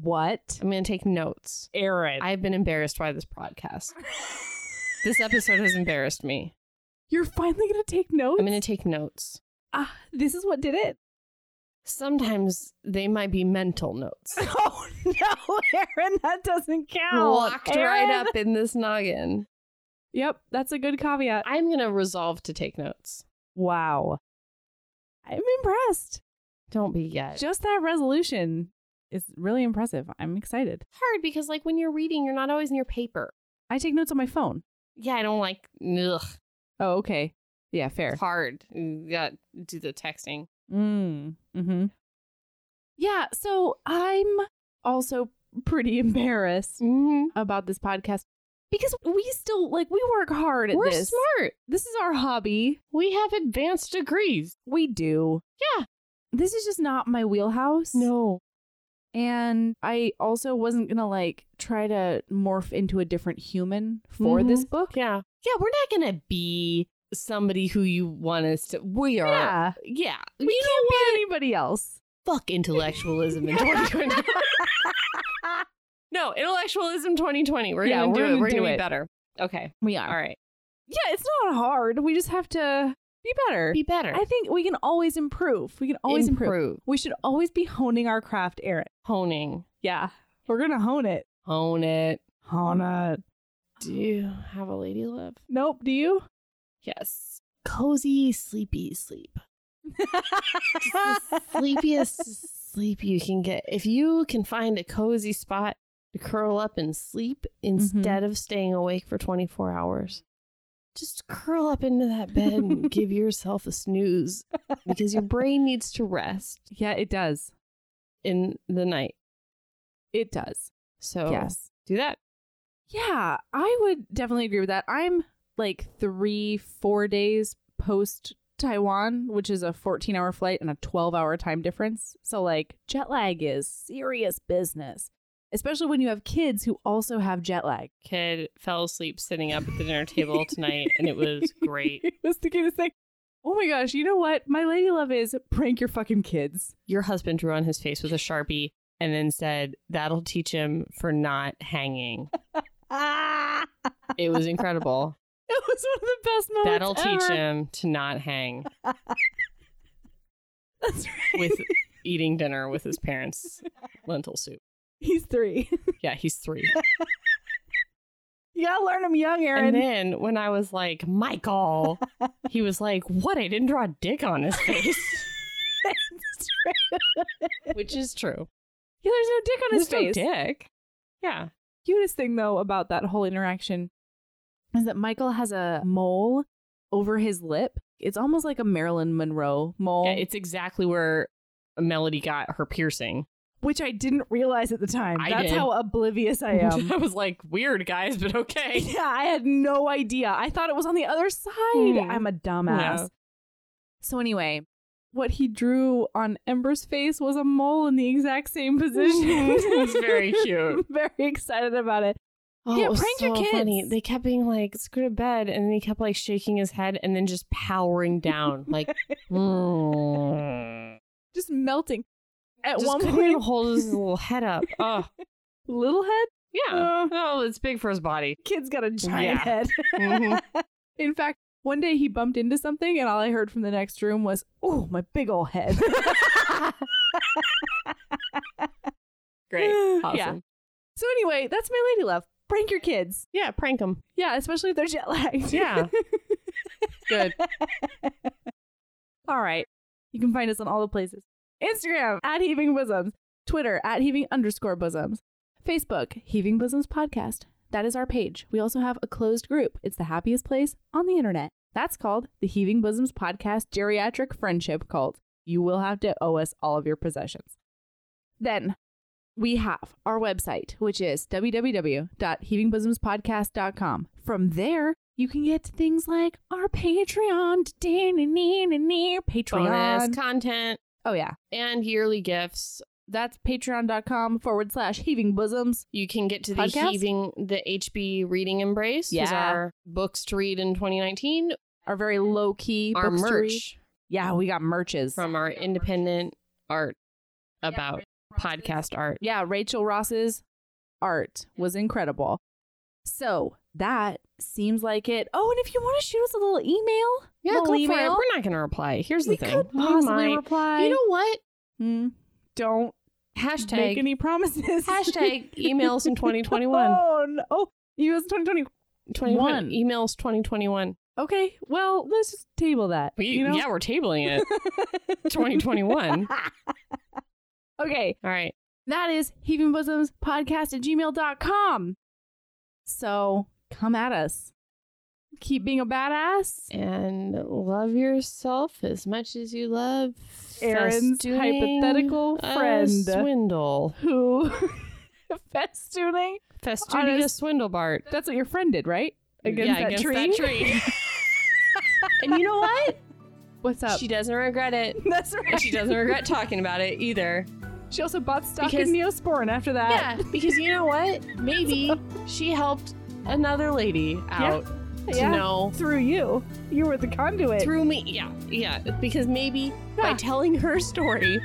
Speaker 1: what?
Speaker 2: I'm going to take notes.
Speaker 1: Aaron.
Speaker 2: I've been embarrassed by this podcast. this episode has embarrassed me.
Speaker 1: You're finally going to take notes?
Speaker 2: I'm going to take notes.
Speaker 1: Ah, this is what did it.
Speaker 2: Sometimes they might be mental notes.
Speaker 1: Oh, no, Aaron, that doesn't count.
Speaker 2: Locked right
Speaker 1: Aaron.
Speaker 2: up in this noggin.
Speaker 1: Yep, that's a good caveat.
Speaker 2: I'm going to resolve to take notes.
Speaker 1: Wow. I'm impressed.
Speaker 9: Don't be yet.
Speaker 1: Just that resolution is really impressive. I'm excited.
Speaker 9: hard because like when you're reading, you're not always in your paper.
Speaker 1: I take notes on my phone.
Speaker 9: Yeah, I don't like ugh.
Speaker 1: Oh, okay. Yeah, fair.
Speaker 9: It's hard. You got to do the texting.
Speaker 1: Mm.
Speaker 9: mm-hmm.
Speaker 1: Hmm. Yeah. So I'm also pretty embarrassed
Speaker 9: Mm-hmm.
Speaker 1: about this podcast because we still like we work hard at
Speaker 9: We're
Speaker 1: this.
Speaker 9: smart.
Speaker 1: This is our hobby.
Speaker 2: We have advanced degrees.
Speaker 1: We do.
Speaker 9: Yeah.
Speaker 1: This is just not my wheelhouse.
Speaker 9: No.
Speaker 1: And I also wasn't gonna like try to morph into a different human for
Speaker 9: Mhm.
Speaker 1: this book.
Speaker 9: Yeah.
Speaker 2: Yeah, we're not gonna be somebody who you want us to. We are. Yeah,
Speaker 1: Yeah.
Speaker 2: we,
Speaker 1: We can't be anybody else.
Speaker 2: fuck intellectualism in 2020. no, intellectualism 2020. We're
Speaker 1: Yeah,
Speaker 2: gonna
Speaker 1: we're
Speaker 2: do
Speaker 1: gonna
Speaker 2: it. We're
Speaker 1: do
Speaker 2: gonna
Speaker 1: it.
Speaker 2: be better. Okay.
Speaker 1: We are.
Speaker 2: All right.
Speaker 1: Yeah, it's not hard. We just have to be better.
Speaker 9: Be better.
Speaker 1: I think we can always improve. We can always improve. We should always be honing our craft, Erin.
Speaker 9: Honing.
Speaker 1: Yeah. We're gonna hone it.
Speaker 2: Own it.
Speaker 1: Hone it.
Speaker 9: Do you have a lady love?
Speaker 1: Nope. Do you?
Speaker 9: Yes. Cozy, sleepy sleep. Just the sleepiest sleep you can get. If you can find a cozy spot to curl up and sleep instead of staying awake for 24 hours, just curl up into that bed and give yourself a snooze because your brain needs to rest
Speaker 1: Yeah, it does.
Speaker 9: in the night.
Speaker 1: It does.
Speaker 9: So
Speaker 1: Yes.
Speaker 9: do that.
Speaker 1: Oh. Yeah, I would definitely agree with that. I'm like three, four days post Taiwan, which is a 14 hour flight and a 12 hour time difference. So, like, jet lag is serious business, especially when you have kids who also have jet lag.
Speaker 9: Kid fell asleep sitting up at the dinner
Speaker 1: table
Speaker 9: tonight and it was great.
Speaker 1: it was the cutest thing. Oh my gosh, you know what? My lady love is prank your fucking kids.
Speaker 9: Your husband
Speaker 2: Drew on his face with a sharpie and then said, "That'll teach him for not hanging."
Speaker 1: Ah!
Speaker 2: It was incredible.
Speaker 1: It was one of the best moments.
Speaker 2: That'll teach
Speaker 1: ever.
Speaker 2: him to not hang
Speaker 1: That's right.
Speaker 2: with eating dinner with his parents' lentil soup.
Speaker 1: He's three.
Speaker 2: Yeah, he's three.
Speaker 1: You gotta learn him young, Aaron.
Speaker 2: And then when I was like, Michael, he was like, What? I didn't draw a dick on his face. Which is true.
Speaker 1: Yeah, there's no dick on his
Speaker 2: There's no
Speaker 1: face.
Speaker 2: dick. Yeah.
Speaker 1: Cutest thing though about that whole interaction is that Michael has a mole over his lip. It's almost like a Marilyn Monroe mole,
Speaker 2: yeah. It's exactly where Melody got her piercing.
Speaker 1: which I didn't realize at the time.
Speaker 2: I
Speaker 1: That's
Speaker 2: did.
Speaker 1: how oblivious I am.
Speaker 2: I was like, Weird, guys, but okay.
Speaker 1: yeah, I had no idea. I thought it was on the other side.
Speaker 9: Hmm.
Speaker 1: I'm a dumbass.
Speaker 2: Yeah.
Speaker 1: So anyway, what he drew on Ember's face was a mole in the exact same position.
Speaker 2: It's very
Speaker 1: I'm
Speaker 2: cute.
Speaker 1: very excited about it.
Speaker 9: Oh,
Speaker 1: Yeah,
Speaker 9: it was
Speaker 1: prank
Speaker 9: so
Speaker 1: your
Speaker 9: funny.
Speaker 1: kids.
Speaker 9: They kept being like, "Let's go to bed," and then he kept like shaking his head and then just powering down, like
Speaker 2: Mm.
Speaker 1: Just melting. At
Speaker 9: just
Speaker 1: one
Speaker 9: couldn't
Speaker 1: point,
Speaker 9: even hold his little head up. Oh,
Speaker 1: little head.
Speaker 2: Yeah.
Speaker 1: Uh,
Speaker 2: Oh, it's big for his body.
Speaker 1: kid's got a giant
Speaker 2: Yeah.
Speaker 1: head.
Speaker 2: Mhm.
Speaker 1: In fact, one day he bumped into something, and all I heard from the next room was, "Oh, my big old head."
Speaker 2: Great. Awesome.
Speaker 1: Yeah. So anyway, that's my lady love. Prank your kids.
Speaker 9: yeah, prank him.
Speaker 1: Yeah, especially if they're jet lagged.
Speaker 2: Yeah. Good.
Speaker 1: all right. You can find us on all the places: Instagram at heaving bosoms, Twitter at heaving underscore bosoms, Facebook heaving bosoms podcast. That is our page. We also have a closed group. It's the happiest place on the internet. That's called the Heaving Bosoms Podcast Geriatric Friendship Cult. You will have to owe us all of your possessions. Then we have our website, which is www.heavingbosomspodcast.com. From there, you can get to things like our Patreon, Da-na-na-na-na,
Speaker 9: Bonus
Speaker 1: Patreon.
Speaker 9: content
Speaker 1: Oh yeah,
Speaker 9: and yearly gifts.
Speaker 1: that's patreon.com forward slash heaving bosoms.
Speaker 9: You can get to the
Speaker 1: Podcast?
Speaker 9: heaving the HB reading embrace. was
Speaker 1: Yeah.
Speaker 9: our books to read in 2019.
Speaker 1: Our very low key
Speaker 9: Our
Speaker 1: books to read.
Speaker 9: merch
Speaker 1: Yeah, we got merches.
Speaker 9: from our independent art about podcast art.
Speaker 1: yeah, Rachel Ross's art was incredible. So that seems like it. Oh, and if you want to shoot us a little email,
Speaker 9: Yeah,
Speaker 1: little
Speaker 9: go for it.
Speaker 1: email,
Speaker 9: We're not going to reply. Here's the
Speaker 1: we
Speaker 9: thing.
Speaker 1: could
Speaker 9: We
Speaker 1: possibly
Speaker 9: might.
Speaker 1: reply.
Speaker 9: You know what?
Speaker 1: Hmm. don't make
Speaker 9: Hashtag
Speaker 1: any promises.
Speaker 9: hashtag emails in 2021.
Speaker 1: Oh, no. oh, you was 2020.
Speaker 9: 2021.
Speaker 1: One.
Speaker 9: Emails 2021.
Speaker 10: Okay, well, let's just table that.
Speaker 11: We,
Speaker 10: you know?
Speaker 11: Yeah, we're tabling it. 2021.
Speaker 10: Okay,
Speaker 11: All right.
Speaker 10: that is heaving bosoms podcast at gmail.com. So come at us. Keep being a badass.
Speaker 2: And love yourself as much as you love
Speaker 10: Aaron's
Speaker 2: festoon-
Speaker 10: hypothetical
Speaker 2: a
Speaker 10: friend
Speaker 2: Swindle.
Speaker 10: who festooning.
Speaker 2: Festudia Swindlebart.
Speaker 10: That's what your friend did, right? Against,
Speaker 11: yeah,
Speaker 10: that,
Speaker 11: against
Speaker 10: tree?
Speaker 11: that tree.
Speaker 2: And you know what?
Speaker 10: What's up?
Speaker 2: she doesn't regret it.
Speaker 10: That's right.
Speaker 2: And she doesn't regret talking about it either.
Speaker 10: She also bought stock
Speaker 2: Because-
Speaker 10: in Neosporin after that.
Speaker 2: Yeah, because you know what? Maybe she helped another lady out to
Speaker 10: Yeah.
Speaker 2: know
Speaker 10: Through you. You were the conduit.
Speaker 2: through me. Yeah, yeah. Because maybe by
Speaker 10: Yeah.
Speaker 2: telling her story,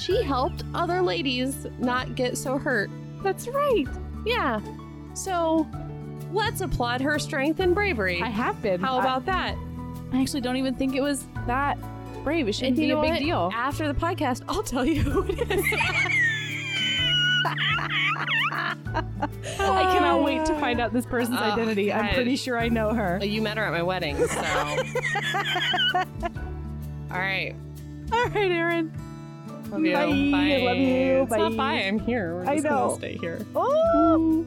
Speaker 2: she helped other ladies not get so hurt.
Speaker 10: That's right.
Speaker 2: Yeah. So let's applaud her strength and bravery.
Speaker 10: I have been.
Speaker 2: How about that?
Speaker 10: I, I actually don't even think it was that brave. It shouldn't
Speaker 2: And you
Speaker 10: be a
Speaker 2: know
Speaker 10: big
Speaker 2: what?
Speaker 10: deal.
Speaker 2: After the podcast, I'll tell you who it is. Ah.
Speaker 10: I cannot wait to find out this person's
Speaker 11: Oh,
Speaker 10: identity. I'm
Speaker 11: God.
Speaker 10: pretty sure I know her.
Speaker 11: you met her at my wedding, so. All right.
Speaker 10: All right, Aaron.
Speaker 11: Love you.
Speaker 10: Bye.
Speaker 11: Bye.
Speaker 10: I love you.
Speaker 11: It's not
Speaker 10: Bye.
Speaker 11: bye. I'm here. We're
Speaker 10: I
Speaker 11: just gonna
Speaker 10: know.
Speaker 11: stay here.
Speaker 10: Oh.